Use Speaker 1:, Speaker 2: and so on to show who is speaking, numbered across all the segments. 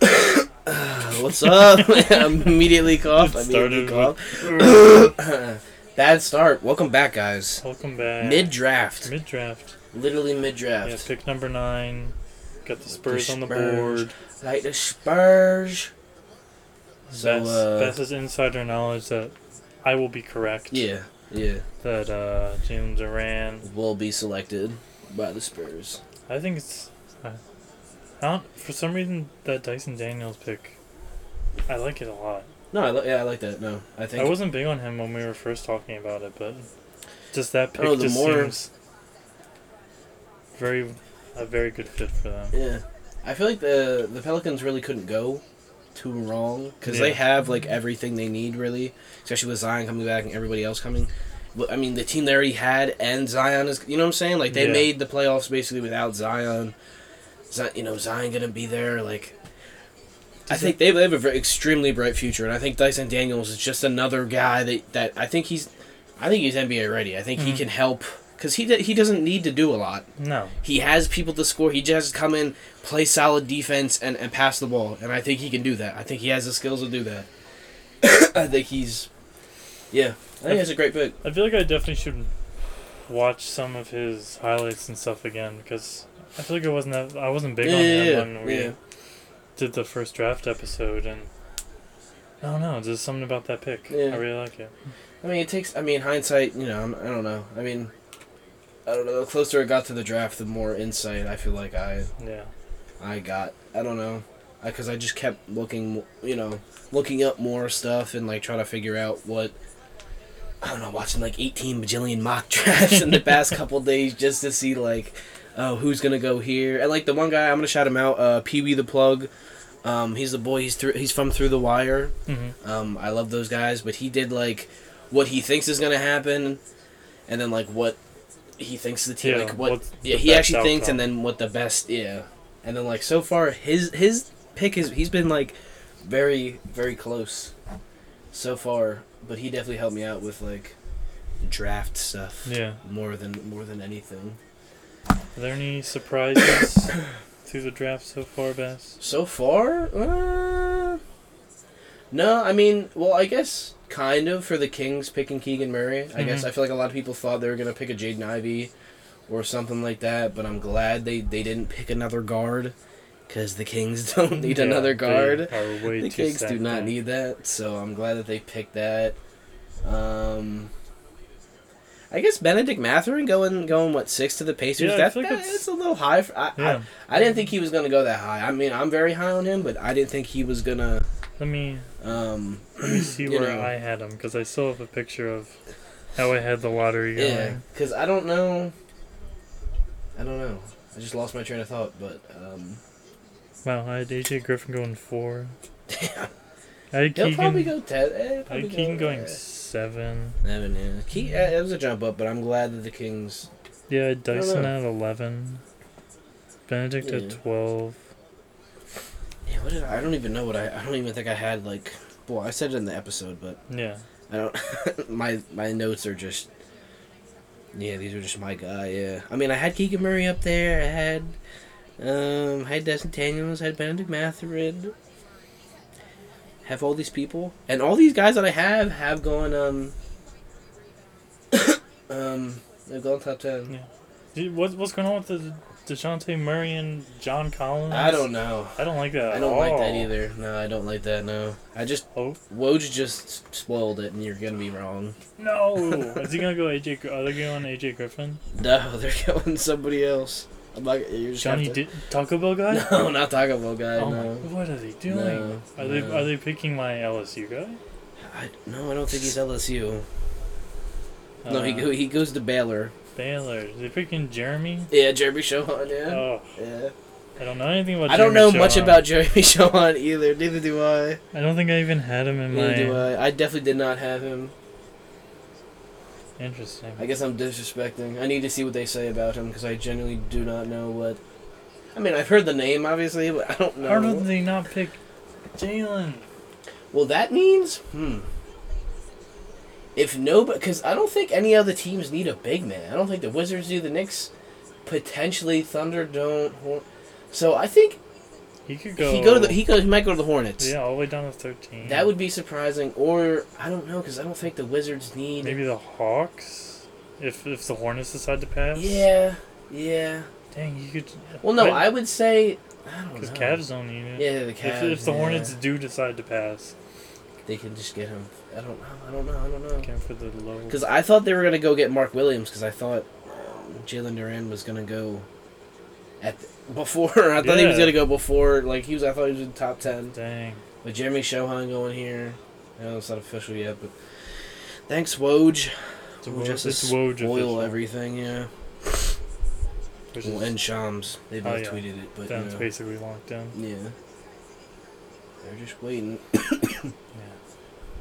Speaker 1: Uh, what's up? immediately cough.
Speaker 2: It
Speaker 1: Immediately
Speaker 2: started
Speaker 1: cough. Bad start. Welcome back, guys.
Speaker 2: Welcome back.
Speaker 1: Mid draft.
Speaker 2: Mid draft.
Speaker 1: Literally mid
Speaker 2: Yeah,
Speaker 1: draft.
Speaker 2: pick number nine. Got the Spurs on the
Speaker 1: Spurs.
Speaker 2: board.
Speaker 1: Like the Spurs. So,
Speaker 2: Best,
Speaker 1: uh,
Speaker 2: best is insider knowledge that I will be correct.
Speaker 1: Yeah, yeah.
Speaker 2: That uh, James Duran.
Speaker 1: Will be selected by the Spurs.
Speaker 2: I think it's. I, I don't. For some reason, that Dyson Daniels pick. I like it a lot.
Speaker 1: No, I li- yeah, I like that. No, I think.
Speaker 2: I wasn't big on him when we were first talking about it, but just that pick
Speaker 1: Oh, the
Speaker 2: just
Speaker 1: more-
Speaker 2: seems very a very good fit for them.
Speaker 1: Yeah, I feel like the the Pelicans really couldn't go too wrong because they
Speaker 2: Yeah.
Speaker 1: have like everything they need really, especially with Zion coming back and everybody else coming. But I mean, the team they already had and Zion is you know what I'm saying? Like they
Speaker 2: Yeah.
Speaker 1: made the playoffs basically without Zion. Zion, you know, Zion gonna be there like. I think they they have a very, extremely bright future, and I think Dyson Daniels is just another guy that, that I think he's, I think he's NBA ready. I think he
Speaker 2: Mhm.
Speaker 1: can help because he d- he doesn't need to do a lot.
Speaker 2: No,
Speaker 1: He has people to score. He just come in, play solid defense, and, and pass the ball. And I think he can do that. I think he has the skills to do that. I think he's, yeah. I think it's a great pick.
Speaker 2: I feel like I definitely should watch some of his highlights and stuff again because I feel like I wasn't that, I wasn't big
Speaker 1: Yeah,
Speaker 2: on him
Speaker 1: yeah,
Speaker 2: when we
Speaker 1: yeah.
Speaker 2: did the first draft episode and I don't know, there's something about that pick.
Speaker 1: Yeah.
Speaker 2: I really like it.
Speaker 1: I mean, it takes. I mean, hindsight. You know, I'm, I don't know. I mean, I don't know. The closer I got to the draft, the more insight I feel like I
Speaker 2: Yeah,
Speaker 1: I got. I don't know, because I, just kept looking, you know, looking up more stuff and like trying to figure out what. I don't know, watching like eighteen bajillion mock drafts in the past couple days just to see like, oh, who's gonna go here? And like the one guy, I'm gonna shout him out, uh, Pee Wee the Plug. Um, he's the boy. He's through. He's from Through the Wire.
Speaker 2: hmm
Speaker 1: Um, I love those guys, but he did like what he thinks is gonna happen, and then like what he thinks the team
Speaker 2: Yeah,
Speaker 1: like what
Speaker 2: what's
Speaker 1: yeah
Speaker 2: the
Speaker 1: he
Speaker 2: best
Speaker 1: actually thinks, and
Speaker 2: outcome.
Speaker 1: then what the best yeah, and then like so far his his pick is he's been like very very close so far, but he definitely helped me out with like draft stuff
Speaker 2: yeah.
Speaker 1: more than more than anything.
Speaker 2: Are there any surprises through the draft so far, Bass?
Speaker 1: So far, uh, no. I mean, well, I guess kind of for the Kings picking Keegan Murray. I guess
Speaker 2: Mhm.
Speaker 1: I feel like a lot of people thought they were gonna pick a Jaden Ivey or something like that, but I'm glad they they didn't pick another guard because the Kings don't need
Speaker 2: Yeah,
Speaker 1: another
Speaker 2: they
Speaker 1: guard.
Speaker 2: are way
Speaker 1: The
Speaker 2: too
Speaker 1: Kings do
Speaker 2: stacked
Speaker 1: not
Speaker 2: now.
Speaker 1: need that, so I'm glad that they picked that. Um. I guess Benedict Matherin going going what six to the Pacers.
Speaker 2: Yeah, I
Speaker 1: that,
Speaker 2: feel like
Speaker 1: that-
Speaker 2: it's-
Speaker 1: it's a little high. For, I, I,
Speaker 2: Yeah.
Speaker 1: I didn't think he was gonna go that high. I mean, I'm very high on him, but I didn't think he was gonna.
Speaker 2: Let me
Speaker 1: Um,
Speaker 2: Let me see
Speaker 1: You
Speaker 2: where
Speaker 1: know.
Speaker 2: I had him because I still have a picture of how I had the lottery going.
Speaker 1: yeah, because I don't know. I don't know. I just lost my train of thought, but um,
Speaker 2: Wow, I had AJ Griffin going four. I had
Speaker 1: he'll
Speaker 2: Keegan,
Speaker 1: probably go ten. Eh,
Speaker 2: I
Speaker 1: probably
Speaker 2: had Keegan
Speaker 1: go,
Speaker 2: going
Speaker 1: eh,
Speaker 2: seven.
Speaker 1: Seven, yeah. Ke- eh, it was a jump up, but I'm glad that the Kings.
Speaker 2: Yeah, I had
Speaker 1: don't
Speaker 2: Dyson
Speaker 1: know.
Speaker 2: at eleven. Benedict at
Speaker 1: Yeah.
Speaker 2: twelve.
Speaker 1: Yeah, what did I, I don't even know what I. I don't even think I had like. Well, I said it in the episode, but
Speaker 2: Yeah.
Speaker 1: I don't. my my notes are just. Yeah, these are just my guy. Yeah, I mean, I had Keegan Murray up there. I had, um, I had Desmond Daniels. I had Benedict Matherin. Have all these people, and all these guys that I have have gone. Um, um, they've gone top ten.
Speaker 2: Dude, what, what's going on with the Deshante Murray and John Collins?
Speaker 1: I don't know.
Speaker 2: I don't like that.
Speaker 1: I
Speaker 2: at
Speaker 1: don't like that
Speaker 2: all.
Speaker 1: either. No, I don't like that. No, I just
Speaker 2: Oh
Speaker 1: Woj just spoiled it, and you're gonna be wrong.
Speaker 2: no! Is he gonna go AJ? Gr- Are they going AJ Griffin?
Speaker 1: No, they're going somebody else. I'm not. You're just gonna have
Speaker 2: Johnny
Speaker 1: to-
Speaker 2: Di- Taco Bell guy?
Speaker 1: No, not Taco Bell guy.
Speaker 2: Oh
Speaker 1: no,
Speaker 2: my, what are they doing?
Speaker 1: No,
Speaker 2: are they
Speaker 1: no.
Speaker 2: are they picking my LSU guy?
Speaker 1: I, no, I don't think he's LSU. no, he
Speaker 2: Uh,
Speaker 1: go, he goes to Baylor.
Speaker 2: Baylor. They're picking Jeremy.
Speaker 1: Yeah, Jeremy Shohan. Yeah,
Speaker 2: Oh,
Speaker 1: yeah.
Speaker 2: I don't know anything about.
Speaker 1: I don't know
Speaker 2: Jeremy
Speaker 1: much
Speaker 2: Shohan.
Speaker 1: about Jeremy Shohan either. Neither do I.
Speaker 2: I don't think I even had him in
Speaker 1: Neither do
Speaker 2: my.
Speaker 1: I. I definitely did not have him.
Speaker 2: Interesting.
Speaker 1: I guess I'm disrespecting. I need to see what they say about him because I genuinely do not know what. I mean, I've heard the name obviously, but I don't know.
Speaker 2: How did they not pick Jalen?
Speaker 1: Well, that means hmm. If nobody, because I don't think any other teams need a big man. I don't think the Wizards do. The Knicks, potentially Thunder don't. Hor- So I think
Speaker 2: He could go.
Speaker 1: He go to the, he go he might go to the Hornets.
Speaker 2: yeah, all the way down to thirteen.
Speaker 1: That would be surprising, or I don't know because I don't think the Wizards need.
Speaker 2: maybe the Hawks, if if the Hornets decide to pass.
Speaker 1: Yeah, yeah.
Speaker 2: Dang, you could.
Speaker 1: Well, no, I would say I don't
Speaker 2: Because
Speaker 1: know.
Speaker 2: Cavs don't need it.
Speaker 1: Yeah, the Cavs.
Speaker 2: If, if the
Speaker 1: yeah.
Speaker 2: Hornets do decide to pass,
Speaker 1: they can just get him. I don't know. I don't know. I don't know.
Speaker 2: can for the low.
Speaker 1: Because I thought they were gonna go get Mark Williams because I thought um, Jalen Duran was gonna go at the, before. I thought he was
Speaker 2: Yeah.
Speaker 1: gonna go before. Like he was. I thought he was in the top ten.
Speaker 2: Dang.
Speaker 1: But Jeremy Shohan going here. I know it's not official yet, but thanks Woj.
Speaker 2: It's
Speaker 1: who
Speaker 2: Woj-
Speaker 1: just
Speaker 2: it's Woj
Speaker 1: spoil
Speaker 2: official,
Speaker 1: everything. Yeah.
Speaker 2: which
Speaker 1: Well,
Speaker 2: is-
Speaker 1: and Shams. They both
Speaker 2: Oh, yeah.
Speaker 1: tweeted it, but
Speaker 2: That's
Speaker 1: you know,
Speaker 2: basically locked in.
Speaker 1: yeah. They're just waiting.
Speaker 2: Yeah.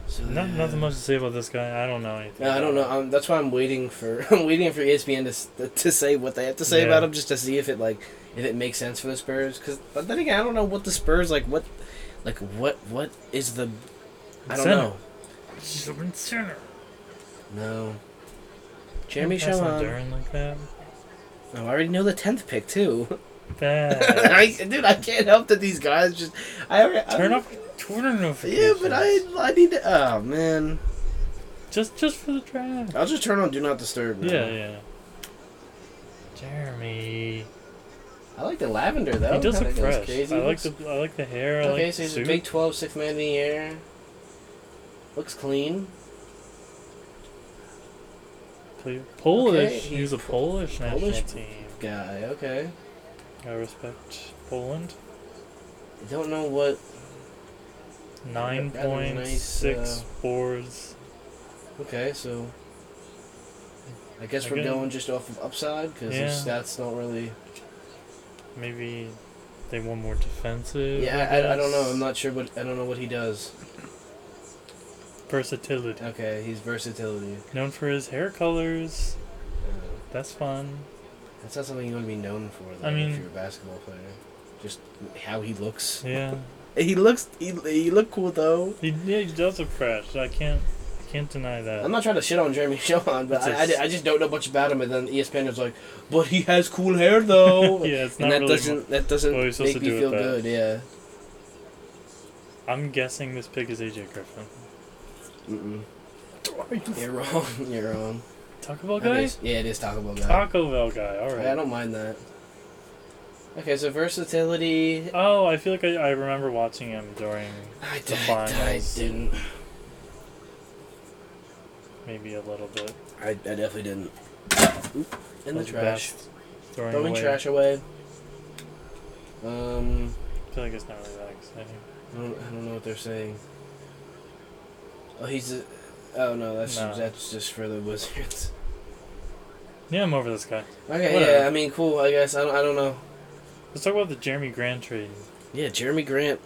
Speaker 1: So
Speaker 2: Not,
Speaker 1: yeah.
Speaker 2: nothing much to say about this guy. I don't know anything.
Speaker 1: No, I don't know.
Speaker 2: about
Speaker 1: i that's why I'm waiting for I'm waiting for ESPN to s- to say what they have to say
Speaker 2: Yeah.
Speaker 1: about him, just to see if it like if it makes sense for the Spurs. Because but then again, I don't know what the Spurs like. What like what what is the I don't
Speaker 2: Center.
Speaker 1: know.
Speaker 2: him. He's up in center.
Speaker 1: No. Jeremy
Speaker 2: Can't pass on
Speaker 1: Shohan.
Speaker 2: Duren like that.
Speaker 1: Oh, I already know the tenth pick too. I,
Speaker 2: Bad.
Speaker 1: dude, I can't help that these guys just I already
Speaker 2: Turn
Speaker 1: I,
Speaker 2: off your Twitter
Speaker 1: Yeah,
Speaker 2: notifications.
Speaker 1: but I I need to. Oh man,
Speaker 2: just just for the draft.
Speaker 1: I'll just turn on Do Not Disturb. now.
Speaker 2: Yeah, yeah. Jeremy.
Speaker 1: I like the lavender though.
Speaker 2: he does
Speaker 1: Kinda
Speaker 2: look
Speaker 1: goes
Speaker 2: fresh.
Speaker 1: Crazy.
Speaker 2: I
Speaker 1: Looks-
Speaker 2: like the I like the hair. I
Speaker 1: Okay,
Speaker 2: like
Speaker 1: so
Speaker 2: the
Speaker 1: he's a
Speaker 2: suit.
Speaker 1: Big 12 sixth man of the year. Looks clean.
Speaker 2: Play- Polish.
Speaker 1: Okay,
Speaker 2: he's a
Speaker 1: he-
Speaker 2: Polish national
Speaker 1: Polish-
Speaker 2: team.
Speaker 1: Guy, okay.
Speaker 2: I respect Poland.
Speaker 1: I don't know what. uh,
Speaker 2: Nine
Speaker 1: rather
Speaker 2: point
Speaker 1: nice,
Speaker 2: six
Speaker 1: uh,
Speaker 2: boards.
Speaker 1: Okay, so. I guess we're
Speaker 2: Again.
Speaker 1: going just off of upside because
Speaker 2: Yeah.
Speaker 1: stats don't really.
Speaker 2: Maybe they want more defensive.
Speaker 1: Yeah, I, I, I don't know.
Speaker 2: guess.
Speaker 1: I'm not sure what I don't know what he does.
Speaker 2: versatility.
Speaker 1: Okay, he's versatility.
Speaker 2: Known for his hair colors.
Speaker 1: Uh,
Speaker 2: That's fun.
Speaker 1: that's not something you want to be known for. Though,
Speaker 2: I
Speaker 1: if
Speaker 2: mean-
Speaker 1: you're a basketball player, just how he looks.
Speaker 2: Yeah.
Speaker 1: He looks. He, he looked cool though.
Speaker 2: He, yeah, he does look fresh. I can't I can't deny that.
Speaker 1: I'm not trying to shit on Jeremy Shohan, but
Speaker 2: It's a
Speaker 1: I, I,
Speaker 2: s-
Speaker 1: I just don't know much about him. And then E ESPN is like, but he has cool hair though.
Speaker 2: yeah, it's
Speaker 1: and
Speaker 2: not
Speaker 1: that
Speaker 2: really.
Speaker 1: doesn't
Speaker 2: mu-
Speaker 1: that doesn't
Speaker 2: what are you supposed
Speaker 1: make
Speaker 2: to
Speaker 1: me
Speaker 2: do
Speaker 1: feel
Speaker 2: with that?
Speaker 1: good. Yeah.
Speaker 2: I'm guessing this pick is AJ Griffin.
Speaker 1: Mm-mm. You're wrong. You're wrong.
Speaker 2: Taco Bell
Speaker 1: That
Speaker 2: guy.
Speaker 1: is- yeah, it is Taco Bell guy.
Speaker 2: Taco Bell guy. All
Speaker 1: I
Speaker 2: right.
Speaker 1: don't mind that. Okay, so versatility.
Speaker 2: Oh, I feel like I, I remember watching him during
Speaker 1: I,
Speaker 2: The
Speaker 1: d- I d- I
Speaker 2: finals.
Speaker 1: didn't.
Speaker 2: maybe a little bit.
Speaker 1: I, I definitely didn't. Oop, In the
Speaker 2: of
Speaker 1: trash.
Speaker 2: best Throwing,
Speaker 1: Throwing
Speaker 2: away.
Speaker 1: trash away. Um,
Speaker 2: I feel like it's not really that exciting.
Speaker 1: I don't, I don't know what they're saying. Oh, he's. A, oh no, that's
Speaker 2: No.
Speaker 1: that's just for the Wizards.
Speaker 2: Yeah, I'm over this guy.
Speaker 1: Okay,
Speaker 2: Whatever.
Speaker 1: yeah. I mean, cool. I guess I don't. I don't know.
Speaker 2: Let's talk about the Jeremy Grant trade.
Speaker 1: Yeah, Jeremy Grant.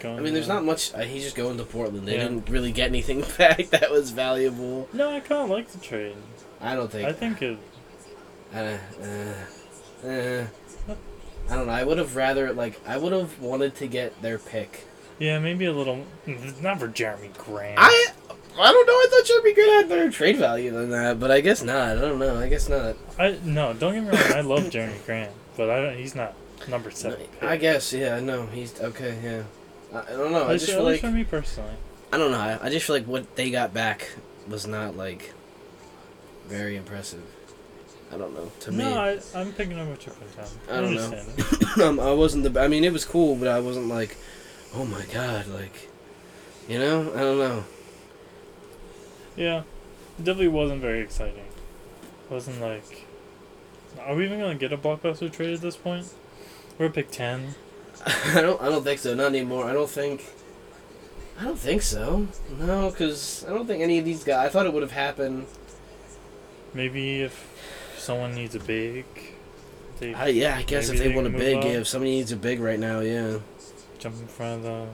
Speaker 2: Going
Speaker 1: I mean, there's not
Speaker 2: down.
Speaker 1: much. Uh, he's just going to Portland. They
Speaker 2: Yeah.
Speaker 1: didn't really get anything back that was valuable.
Speaker 2: No, I kind of like the trade.
Speaker 1: I don't
Speaker 2: I
Speaker 1: think.
Speaker 2: think it.
Speaker 1: I, uh, uh, uh, I don't know. I would have rather like I would have wanted to get their pick.
Speaker 2: Yeah, maybe a little. Not for Jeremy Grant.
Speaker 1: I I don't know. I thought Jeremy Grant had better trade value than that, but I guess not. I don't know. I guess not.
Speaker 2: I no, don't get me wrong. I love Jeremy Grant, but I don't. He's not number seven. pick.
Speaker 1: I guess. Yeah. No. He's okay. Yeah. I, I don't know.
Speaker 2: At
Speaker 1: I
Speaker 2: least-
Speaker 1: just
Speaker 2: at
Speaker 1: feel
Speaker 2: least
Speaker 1: like
Speaker 2: for me personally.
Speaker 1: I don't know. I, I just feel like what they got back was not like very impressive. I don't know. To me,
Speaker 2: No, I, I'm picking up what you're putting down.
Speaker 1: I don't know.
Speaker 2: understand.
Speaker 1: um, I wasn't the. I mean, it was cool, but I wasn't like, oh my god, like, you know, I don't know.
Speaker 2: Yeah, definitely wasn't very exciting. Wasn't like, are we even gonna get a blockbuster trade at this point? We're at pick ten.
Speaker 1: I don't. I don't think so. Not anymore. I don't think. I don't think so. No, because I don't think any of these guys. I thought it would have happened.
Speaker 2: Maybe if someone needs a big, they
Speaker 1: I, yeah, I guess
Speaker 2: Maybe
Speaker 1: if
Speaker 2: they
Speaker 1: they want a
Speaker 2: can
Speaker 1: big,
Speaker 2: move
Speaker 1: yeah.
Speaker 2: up.
Speaker 1: If somebody needs a big right now, yeah.
Speaker 2: jump in front of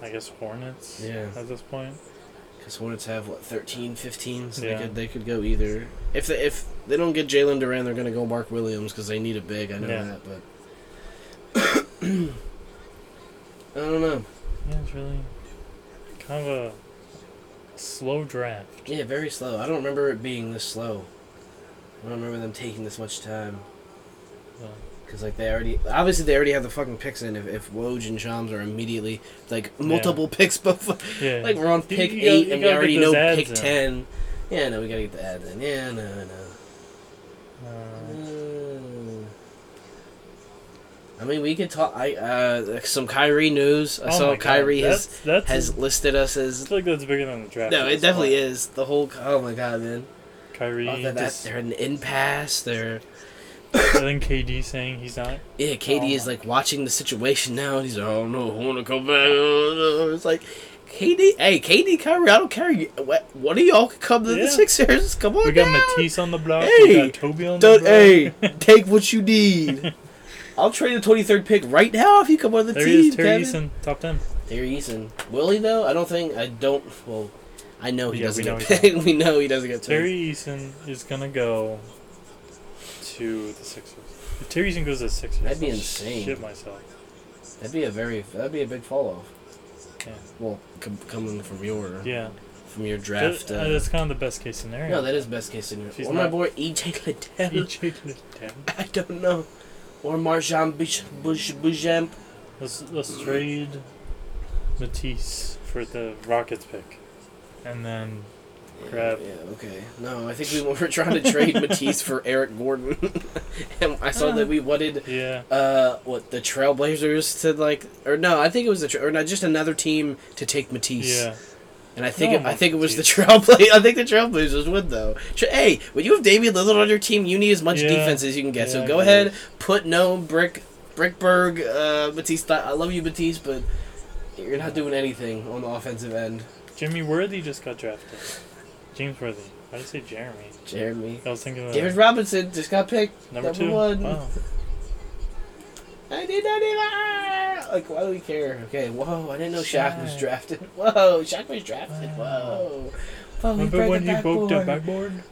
Speaker 2: the, I guess Hornets.
Speaker 1: Yeah.
Speaker 2: At this point,
Speaker 1: Because Hornets have what 13, 15, so
Speaker 2: Yeah.
Speaker 1: they could they could go either. If they if they don't get Jalen Duran, they're gonna go Mark Williams because they need a big. I know
Speaker 2: Yeah.
Speaker 1: that, but I don't know.
Speaker 2: yeah, it's really kind of a slow draft.
Speaker 1: Yeah, very slow. I don't remember it being this slow. I don't remember them taking this much time.
Speaker 2: So,
Speaker 1: Because like they already obviously they already have the fucking picks in. If, if Woj and Shams are immediately like multiple picks before,
Speaker 2: Yeah.
Speaker 1: like we're on
Speaker 2: You-
Speaker 1: pick
Speaker 2: you gotta-
Speaker 1: eight
Speaker 2: you
Speaker 1: and we
Speaker 2: gotta
Speaker 1: already
Speaker 2: get those
Speaker 1: know
Speaker 2: ads
Speaker 1: pick
Speaker 2: in.
Speaker 1: ten. Yeah, no, we gotta get the ads in. Yeah, no, no.
Speaker 2: Uh,
Speaker 1: Mm. I mean, we could talk. I uh, like, some Kyrie news. I
Speaker 2: oh
Speaker 1: saw
Speaker 2: my God,
Speaker 1: Kyrie has
Speaker 2: that's, that's
Speaker 1: has listed us
Speaker 2: I
Speaker 1: as.
Speaker 2: feel like that's bigger than the draft.
Speaker 1: No,
Speaker 2: at
Speaker 1: it
Speaker 2: this
Speaker 1: definitely
Speaker 2: point.
Speaker 1: is the whole. Oh my god, man!
Speaker 2: Kyrie.
Speaker 1: Oh, that, that,
Speaker 2: just-
Speaker 1: they're an impasse. They're
Speaker 2: I think KD saying he's not.
Speaker 1: Yeah, KD
Speaker 2: Oh
Speaker 1: is
Speaker 2: my-
Speaker 1: like watching the situation now, and he's like, I don't know, I want to go back. I don't know." It's like, KD, hey, KD, Kyrie, I don't care. You- What, one of y'all can come to
Speaker 2: Yeah.
Speaker 1: the Sixers. Come on,
Speaker 2: We got
Speaker 1: down.
Speaker 2: Matisse on the block. we
Speaker 1: Oh Hey,
Speaker 2: got Toby on
Speaker 1: Don't,
Speaker 2: the
Speaker 1: hey,
Speaker 2: block.
Speaker 1: take what you need. I'll trade the twenty third pick right now if you come on the
Speaker 2: there he
Speaker 1: team,
Speaker 2: is, Terry
Speaker 1: Kevin.
Speaker 2: Eason, top ten.
Speaker 1: Terry Eason, Willie though, I don't think I don't. Well, I know he
Speaker 2: Yeah,
Speaker 1: doesn't
Speaker 2: we
Speaker 1: get
Speaker 2: know he
Speaker 1: picked. we know he doesn't get
Speaker 2: Terry
Speaker 1: picked.
Speaker 2: Eason is gonna go to the Sixers. If Terry Eason goes to the Sixers,
Speaker 1: That'd be
Speaker 2: I'll
Speaker 1: insane.
Speaker 2: Shit myself.
Speaker 1: That'd be a very, that'd be a big fall off.
Speaker 2: Yeah.
Speaker 1: Well, com- coming from your,
Speaker 2: Yeah.
Speaker 1: from your
Speaker 2: That,
Speaker 1: draft.
Speaker 2: uh, that's kind of the best case scenario.
Speaker 1: No, that is best case scenario.
Speaker 2: She's
Speaker 1: or my
Speaker 2: not- E
Speaker 1: boy EJ Liddell.
Speaker 2: EJ Liddell.
Speaker 1: I don't know. Or Marjan Bush Bush Bujamp.
Speaker 2: Let's let's trade Matisse for the Rockets pick, and then Crap.
Speaker 1: Yeah, yeah, okay. No, I think we were trying to trade Matisse for Eric Gordon. and I saw that we wanted
Speaker 2: yeah,
Speaker 1: uh what the Trailblazers to like or no, I think it was the tra- or not just another team to take Matisse.
Speaker 2: yeah.
Speaker 1: And I think
Speaker 2: No,
Speaker 1: it, I think it was the
Speaker 2: Matisse.
Speaker 1: Trailblazers. I think the Trailblazers would though. Tra- hey, when you have Damian Lillard on your team, you need as much
Speaker 2: Yeah.
Speaker 1: defense as you can get.
Speaker 2: Yeah,
Speaker 1: so
Speaker 2: I
Speaker 1: go
Speaker 2: agree.
Speaker 1: ahead, put no brick Brickberg uh, Matisse. Th- I love you, Matisse, but you're not doing anything on the offensive end.
Speaker 2: Jimmy Worthy just got drafted. James Worthy. I did I say Jeremy?
Speaker 1: Jeremy,
Speaker 2: I was thinking of
Speaker 1: David Robinson just got picked.
Speaker 2: Uh, number,
Speaker 1: number
Speaker 2: two.
Speaker 1: one.
Speaker 2: Wow.
Speaker 1: I did not even like. Why do we care? Okay, whoa! I didn't know Shaq, was
Speaker 2: Shaq.
Speaker 1: drafted. Whoa, Shaq was drafted.
Speaker 2: Wow.
Speaker 1: Whoa. Whoa, he
Speaker 2: Remember
Speaker 1: broke
Speaker 2: when
Speaker 1: the
Speaker 2: he broke the
Speaker 1: backboard.
Speaker 2: backboard?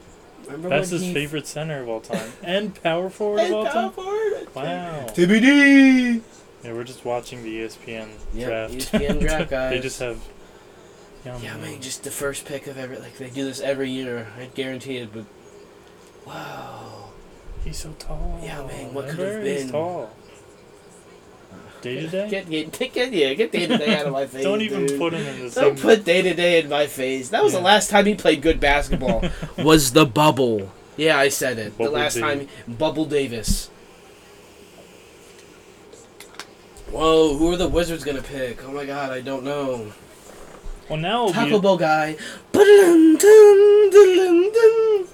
Speaker 1: Remember
Speaker 2: That's
Speaker 1: when
Speaker 2: his
Speaker 1: he-
Speaker 2: favorite center of all time and power forward of
Speaker 1: And
Speaker 2: all time.
Speaker 1: backboard.
Speaker 2: Wow.
Speaker 1: TBD.
Speaker 2: Yeah, we're just watching the E ESPN
Speaker 1: Yeah, E
Speaker 2: draft.
Speaker 1: ESPN draft,
Speaker 2: they
Speaker 1: guys.
Speaker 2: just have.
Speaker 1: Yeah, I
Speaker 2: Um,
Speaker 1: mean, just the first pick of every. Like, they do this every year. I guarantee it, but. Wow.
Speaker 2: He's so tall.
Speaker 1: Yeah, man, what
Speaker 2: Remember?
Speaker 1: could've
Speaker 2: He's
Speaker 1: been?
Speaker 2: tall. Day to day?
Speaker 1: Get, get, get, get, yeah, get day to day out of my face.
Speaker 2: Don't even
Speaker 1: dude.
Speaker 2: put him in the
Speaker 1: Don't
Speaker 2: same.
Speaker 1: put day to day in my face. That was
Speaker 2: Yeah.
Speaker 1: the last time he played good basketball. was the bubble. Yeah, I said it.
Speaker 2: Bubble
Speaker 1: the last
Speaker 2: Davis.
Speaker 1: time. Bubble Davis. Whoa, who are the Wizards going to pick? Oh my god, I don't know.
Speaker 2: well, now it'll
Speaker 1: Taco
Speaker 2: be,
Speaker 1: Bell guy. Ba-dum, dum, dum, dum.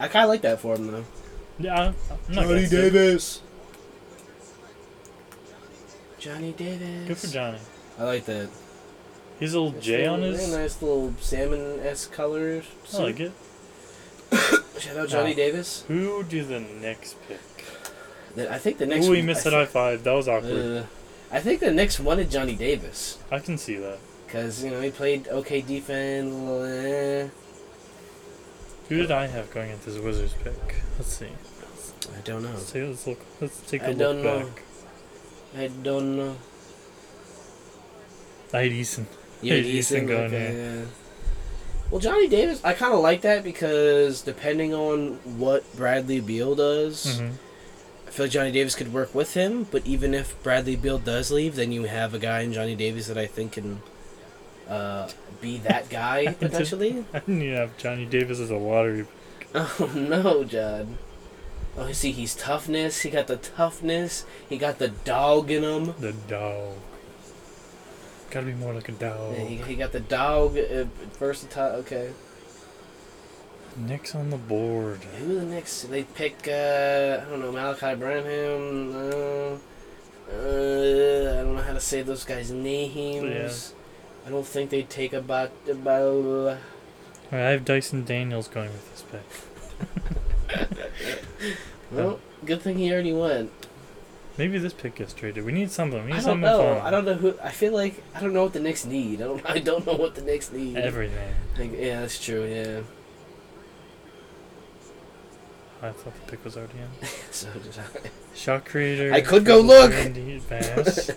Speaker 1: I kind of like that for him though.
Speaker 2: yeah, I'm not against it.
Speaker 1: Davis. Johnny Davis.
Speaker 2: Good for Johnny.
Speaker 1: I like that.
Speaker 2: He's a little J on his. I
Speaker 1: nice little salmon esque colors.
Speaker 2: like it.
Speaker 1: Shout out Johnny
Speaker 2: Wow.
Speaker 1: Davis.
Speaker 2: Who do the next pick?
Speaker 1: That- I think the next.
Speaker 2: Oh, we
Speaker 1: one-
Speaker 2: missed
Speaker 1: I
Speaker 2: that high five. That was
Speaker 1: thi-
Speaker 2: awkward.
Speaker 1: uh, I think the next one is Johnny Davis
Speaker 2: I can see that.
Speaker 1: because you know he played okay defense. a little, eh.
Speaker 2: Who did I have going into the Wizards pick? Let's see.
Speaker 1: I don't know.
Speaker 2: Let's, see, let's look. Let's take a
Speaker 1: I
Speaker 2: look
Speaker 1: don't know.
Speaker 2: back.
Speaker 1: I don't know.
Speaker 2: I had Eason.
Speaker 1: Yeah,
Speaker 2: Yeah,
Speaker 1: you
Speaker 2: Easton
Speaker 1: think,
Speaker 2: going
Speaker 1: okay, yeah. Well, Johnny Davis, I kind of like that because depending on what Bradley Beal does,
Speaker 2: Mhm.
Speaker 1: I feel like Johnny Davis could work with him. But even if Bradley Beal does leave, then you have a guy in Johnny Davis that I think can uh, be that guy
Speaker 2: did-
Speaker 1: potentially.
Speaker 2: I didn't even have Johnny Davis as a lottery.
Speaker 1: oh no, John. Oh, see, he's toughness. He got the toughness. He got the dog in him.
Speaker 2: The dog. Gotta be more like a dog.
Speaker 1: He, he got the dog uh, versatile. Okay.
Speaker 2: Nick's on the board.
Speaker 1: Who the next? They pick. Uh, I don't know Malachi Branham. Uh, uh, I don't know how to say those guys' names. I don't think they take about about.
Speaker 2: All right, I have Dyson Daniels going with this pick.
Speaker 1: Well, good thing he already went.
Speaker 2: Maybe this pick gets traded. We need something. We need
Speaker 1: I don't
Speaker 2: something
Speaker 1: know.
Speaker 2: fun.
Speaker 1: I don't know who. I feel like I don't know what the Knicks need. I don't. I don't know what the Knicks need.
Speaker 2: Everything.
Speaker 1: Like, yeah, that's true. Yeah.
Speaker 2: I thought the pick was already in.
Speaker 1: So just,
Speaker 2: Shot creator.
Speaker 1: I could go
Speaker 2: versus
Speaker 1: look.
Speaker 2: Randy Bass.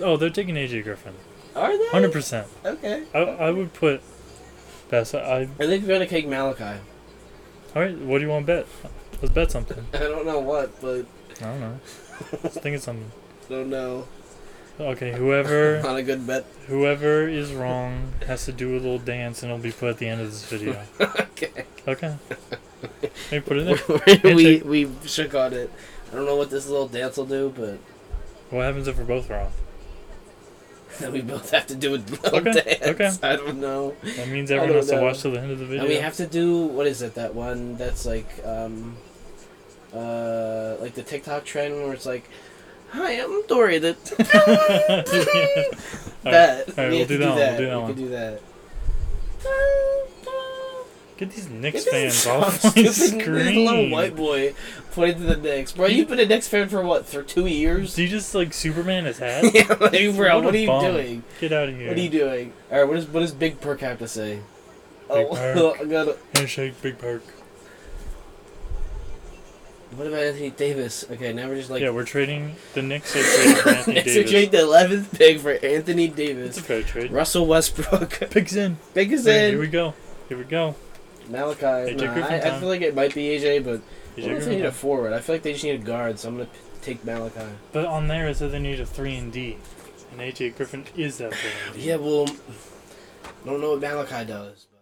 Speaker 2: oh, they're taking AJ Griffin.
Speaker 1: are they?
Speaker 2: Hundred percent.
Speaker 1: Okay.
Speaker 2: I I would put. Bass. I.
Speaker 1: I think we're gonna take Malachi.
Speaker 2: All right. What do you want to bet? Let's bet something.
Speaker 1: I don't know what, but
Speaker 2: I don't know. Just think of something.
Speaker 1: Don't know.
Speaker 2: Okay, whoever
Speaker 1: Not a good bet.
Speaker 2: whoever is wrong has to do a little dance, and it'll be put at the end of this video.
Speaker 1: Okay.
Speaker 2: Okay. Hey, put it in.
Speaker 1: we we shook on it. I don't know what this little dance will do, but
Speaker 2: What happens if we're both wrong?
Speaker 1: then we both have to do a little
Speaker 2: Okay,
Speaker 1: dance. I don't know.
Speaker 2: That means
Speaker 1: I
Speaker 2: everyone
Speaker 1: don't
Speaker 2: has to
Speaker 1: know.
Speaker 2: watch till the end of the video.
Speaker 1: And we have to do what is it? That one that's like um, uh, like the TikTok trend where it's like, "Hi, I'm Dory." The
Speaker 2: All right,
Speaker 1: that
Speaker 2: all right,
Speaker 1: we
Speaker 2: we'll
Speaker 1: have
Speaker 2: do
Speaker 1: to
Speaker 2: that one, we'll do
Speaker 1: We
Speaker 2: that one.
Speaker 1: can do that.
Speaker 2: Get these Knicks
Speaker 1: It doesn't
Speaker 2: fans
Speaker 1: sound
Speaker 2: off my
Speaker 1: stupid. This little
Speaker 2: screen.
Speaker 1: white boy pointed to the Knicks. Bro, you've been a Knicks fan for what? For two years?
Speaker 2: Do you just like Superman his hat?
Speaker 1: yeah, like, bro,
Speaker 2: What a
Speaker 1: what are you
Speaker 2: bum.
Speaker 1: doing?
Speaker 2: Get out of here.
Speaker 1: What are you doing? All right, what does what does Big Perk have to say?
Speaker 2: Big
Speaker 1: Oh,
Speaker 2: Perk.
Speaker 1: I got.
Speaker 2: Handshake, big perk.
Speaker 1: What about Anthony Davis? Okay, now we're just like.
Speaker 2: yeah, we're trading. The Knicks are trading for Anthony
Speaker 1: Next we
Speaker 2: Davis.
Speaker 1: trade the eleventh pick for Anthony
Speaker 2: It's a
Speaker 1: Davis,
Speaker 2: fair trade.
Speaker 1: Russell Westbrook,
Speaker 2: Picks in.
Speaker 1: Big as
Speaker 2: Hey, here
Speaker 1: in
Speaker 2: we go. Here we go.
Speaker 1: Malachi.
Speaker 2: AJ
Speaker 1: Nah,
Speaker 2: Griffin
Speaker 1: I, I
Speaker 2: time.
Speaker 1: feel like it might be AJ, but I don't
Speaker 2: Did
Speaker 1: know if
Speaker 2: you agree
Speaker 1: they
Speaker 2: with
Speaker 1: need a
Speaker 2: that?
Speaker 1: forward. I feel like they just need a guard, so I'm gonna p- take Malachi.
Speaker 2: But on there it said they need a three and D, and AJ Griffin is that three and D.
Speaker 1: Yeah, well, I don't know what Malachi does, but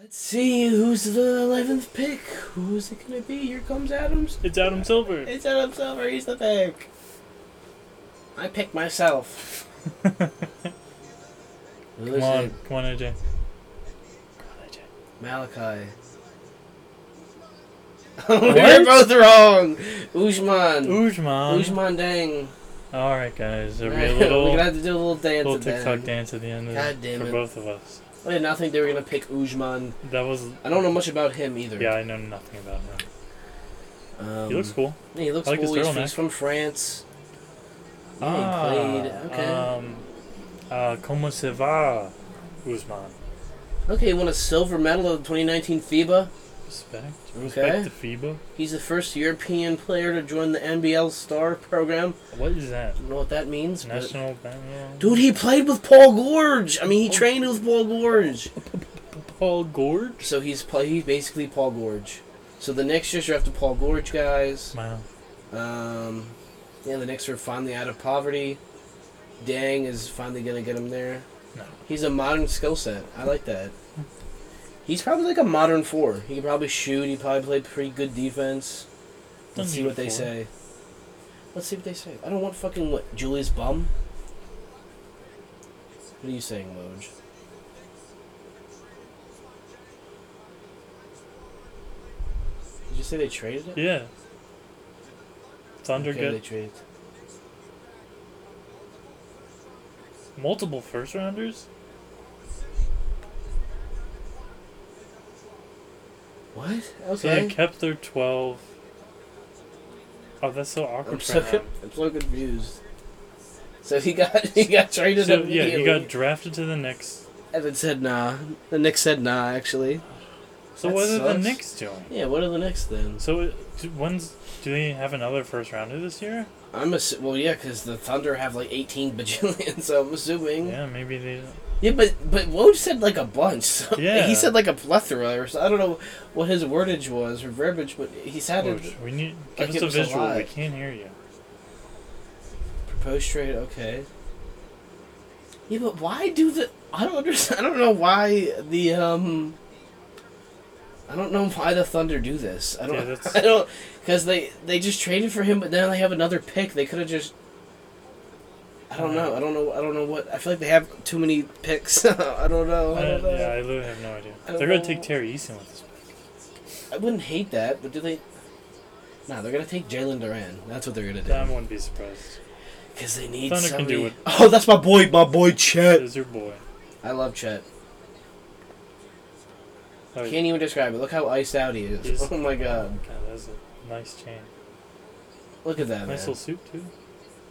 Speaker 1: let's see who's the eleventh pick. Who's it gonna be? Here comes Adams.
Speaker 2: It's Adam Silver.
Speaker 1: It's Adam Silver. He's the pick. I picked myself. Who
Speaker 2: Come
Speaker 1: is
Speaker 2: on,
Speaker 1: it?
Speaker 2: come on, AJ.
Speaker 1: Malachi. We're both wrong. Usman.
Speaker 2: Ujman.
Speaker 1: Usman Dang.
Speaker 2: All right, guys. There'll be a
Speaker 1: We're
Speaker 2: little,
Speaker 1: gonna have to do a little dance
Speaker 2: little
Speaker 1: at the
Speaker 2: TikTok
Speaker 1: end.
Speaker 2: dance at the end of
Speaker 1: God
Speaker 2: it
Speaker 1: damn
Speaker 2: for
Speaker 1: it.
Speaker 2: both of us.
Speaker 1: I did not think they were gonna pick Usman.
Speaker 2: That was.
Speaker 1: I don't know much about him either.
Speaker 2: Yeah, I know nothing about him.
Speaker 1: Um,
Speaker 2: He looks cool.
Speaker 1: yeah, he looks
Speaker 2: I like his
Speaker 1: cool. He's,
Speaker 2: turtleneck.
Speaker 1: he's from France. Yeah,
Speaker 2: Ah,
Speaker 1: he played. Okay.
Speaker 2: Um, uh, como se va, Usman?
Speaker 1: okay, he won a silver medal of the 2019 FIBA.
Speaker 2: Respect.
Speaker 1: Okay.
Speaker 2: Respect to FIBA.
Speaker 1: He's the first European player to join the NBL Star program.
Speaker 2: What is that?
Speaker 1: I don't know what that means. but-
Speaker 2: National Battle-
Speaker 1: Dude, he played with Paul Gorge. I mean, he trained with Paul Gorge.
Speaker 2: Paul Gorge.
Speaker 1: So he's play, he's basically Paul Gorge. So the Knicks just drafted Paul Gorge guys.
Speaker 2: Wow.
Speaker 1: Um, yeah, the Knicks are finally out of poverty. Dang is finally gonna get him there.
Speaker 2: No.
Speaker 1: He's a modern skill set. I like that. He's probably like a modern four. He can probably shoot. He probably played pretty good defense. Let's
Speaker 2: Doesn't
Speaker 1: see
Speaker 2: need a
Speaker 1: what they
Speaker 2: four.
Speaker 1: say. Let's see what they say. I don't want fucking what Julius Bum. What are you saying, Woj? Did you say they traded it?
Speaker 2: Yeah. Thunder
Speaker 1: okay,
Speaker 2: get
Speaker 1: they traded.
Speaker 2: multiple first rounders.
Speaker 1: What?
Speaker 2: So they
Speaker 1: Okay.
Speaker 2: kept their twelve. Oh, that's so awkward.
Speaker 1: I'm
Speaker 2: for
Speaker 1: so
Speaker 2: him.
Speaker 1: I'm so confused. So he got he got traded
Speaker 2: So, yeah,
Speaker 1: immediately.
Speaker 2: he got drafted to the Knicks.
Speaker 1: And then said nah. The Knicks said nah. Actually.
Speaker 2: So
Speaker 1: That
Speaker 2: what are the
Speaker 1: sucks.
Speaker 2: Knicks doing?
Speaker 1: Yeah. What are the Knicks then?
Speaker 2: So it- do, when's do they have another first rounder this year?
Speaker 1: I'm assu- well, yeah, because the Thunder have like 18 bajillion, so I'm assuming. Yeah,
Speaker 2: Yeah, maybe they.
Speaker 1: but but Woj said like a bunch. So
Speaker 2: Yeah.
Speaker 1: He said like a plethora, or so, I don't know what his wordage was or verbiage, but he sounded
Speaker 2: Woj, we need
Speaker 1: I
Speaker 2: give us
Speaker 1: give
Speaker 2: a
Speaker 1: us a
Speaker 2: visual. we
Speaker 1: lot.
Speaker 2: can't hear you.
Speaker 1: proposed trade. Okay. Yeah, but why do the? I don't understand. I don't know why the um. I don't know why the Thunder do this. I don't.
Speaker 2: Yeah, that's-
Speaker 1: I don't because they they just traded for him, but now they have another pick. They could have just. I don't know. I don't know. I don't know what. I feel like they have too many picks. I don't know. I
Speaker 2: I-
Speaker 1: don't know.
Speaker 2: yeah, I literally have no idea.
Speaker 1: Oh, I don't
Speaker 2: They're gonna
Speaker 1: know.
Speaker 2: take Terry Eason with this.
Speaker 1: I wouldn't hate that, but do they? Nah, they're gonna take Jalen Duran. That's what they're gonna
Speaker 2: I
Speaker 1: do.
Speaker 2: wouldn't be surprised.
Speaker 1: Because they need
Speaker 2: Thunder can
Speaker 1: somebody.
Speaker 2: do it.
Speaker 1: Oh, that's my boy. My boy Chet.
Speaker 2: Is your boy?
Speaker 1: I love Chet.
Speaker 2: Oh,
Speaker 1: Can't even describe it. Look how iced out he is.
Speaker 2: He's-
Speaker 1: oh my god.
Speaker 2: God, that's a nice chain.
Speaker 1: Look at that man.
Speaker 2: Nice little suit too.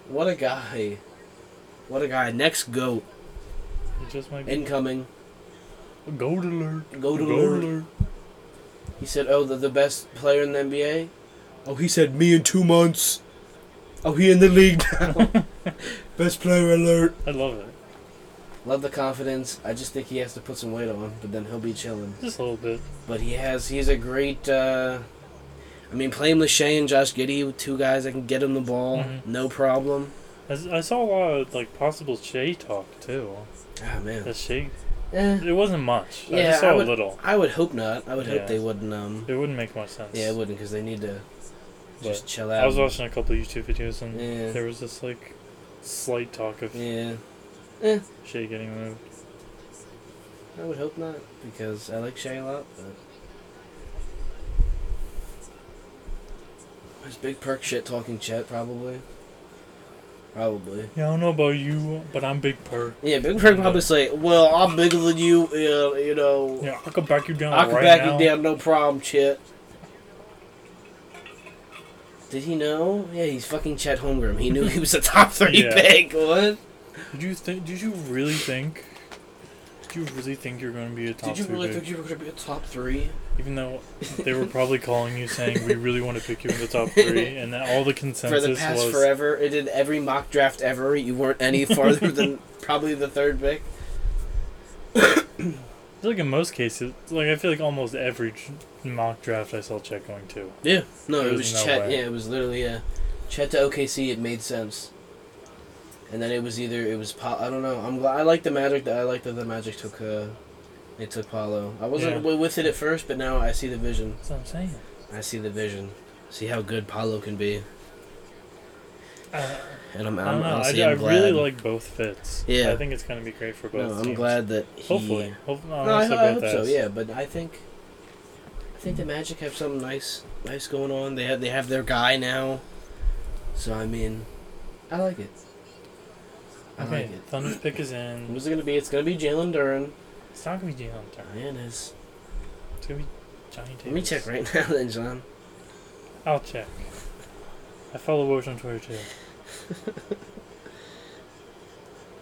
Speaker 1: What a guy. What a guy. Next goat.
Speaker 2: It just might be.
Speaker 1: Incoming.
Speaker 2: Gold alert.
Speaker 1: Goat alert. He said, "Oh, the the best player in the NBA." Oh, he said me in two months. Oh, he in the league now. best player alert.
Speaker 2: I love it.
Speaker 1: Love the confidence. I just think he has to put some weight on, but then he'll be chilling.
Speaker 2: Just a little bit.
Speaker 1: But he has. He's a great. uh I mean, playing Lachey and Josh Giddy, with two guys that can get him the ball,
Speaker 2: Mhm.
Speaker 1: no problem.
Speaker 2: I, s- I saw a lot of like possible Shea talk too.
Speaker 1: Ah man.
Speaker 2: That Shea,
Speaker 1: Eh,
Speaker 2: it wasn't much. I
Speaker 1: Yeah,
Speaker 2: just saw
Speaker 1: I would-
Speaker 2: a little.
Speaker 1: I would hope not. I would hope
Speaker 2: Yeah.
Speaker 1: they wouldn't. Um,
Speaker 2: It wouldn't make much sense.
Speaker 1: yeah, it wouldn't because they need to just chill out.
Speaker 2: I was watching a couple YouTube videos and
Speaker 1: Yeah.
Speaker 2: there was this like slight talk of
Speaker 1: Yeah,
Speaker 2: Shea getting moved.
Speaker 1: I would hope not because I like Shay a lot. But... There's big perk shit talking Chet probably. Probably.
Speaker 2: Yeah, I don't know about you, but I'm Big Perk.
Speaker 1: Yeah, Big Perk probably say, "Well, I'm bigger than you, uh, you know.
Speaker 2: Yeah, I could back you down
Speaker 1: I can
Speaker 2: right
Speaker 1: back
Speaker 2: now.
Speaker 1: you down, no problem, Chet." Did he know? Yeah, he's fucking Chet Holmgren. He knew he was a top three
Speaker 2: Yeah.
Speaker 1: pick. What?
Speaker 2: Did you think? Did you really think? Did you really think you're going to be a top
Speaker 1: Did you
Speaker 2: three
Speaker 1: really
Speaker 2: pick?
Speaker 1: think you were gonna be a top three?
Speaker 2: Even though they were probably calling you saying we really want to pick you in the top three, and that all the
Speaker 1: for
Speaker 2: consensus
Speaker 1: the past
Speaker 2: was
Speaker 1: forever. It did every mock draft ever. You weren't any farther than probably the third pick.
Speaker 2: I feel like in most cases, like I feel like almost every j- mock draft I saw Chet going to.
Speaker 1: Yeah. No,
Speaker 2: There
Speaker 1: it
Speaker 2: was
Speaker 1: was
Speaker 2: no
Speaker 1: Chet.
Speaker 2: way.
Speaker 1: Yeah, it was literally uh, Chet to OKC. It made sense. And then it was either it was pa- I don't know. I'm glad I like the Magic. That I like that the Magic took uh, they took Paolo. I wasn't
Speaker 2: Yeah.
Speaker 1: wi- with it at first, but now I see the vision.
Speaker 2: That's what I'm saying.
Speaker 1: I see the vision. See how good Paolo can be,
Speaker 2: Uh,
Speaker 1: and I'm,
Speaker 2: I
Speaker 1: I'm
Speaker 2: don't know. I,
Speaker 1: honestly
Speaker 2: I
Speaker 1: I'm glad.
Speaker 2: really like both fits.
Speaker 1: Yeah.
Speaker 2: I think it's going to be great for both.
Speaker 1: no, I'm
Speaker 2: teams.
Speaker 1: glad that he.
Speaker 2: Hopefully, hopefully,
Speaker 1: No, I,
Speaker 2: also
Speaker 1: I
Speaker 2: both
Speaker 1: hope so.
Speaker 2: ends.
Speaker 1: Yeah, but I think, I think the Magic have something nice, nice going on. They have they have their guy now, so I mean, I like it. I
Speaker 2: Okay,
Speaker 1: like it.
Speaker 2: Thunder's pick is in.
Speaker 1: Who's it gonna be? It's gonna be Jalen Duran.
Speaker 2: It's not going to be Jalen Turner.
Speaker 1: Yeah, it is.
Speaker 2: It's going to be Johnny Davis.
Speaker 1: Let me check right now, then, John.
Speaker 2: I'll check. I follow Woj on Twitter too.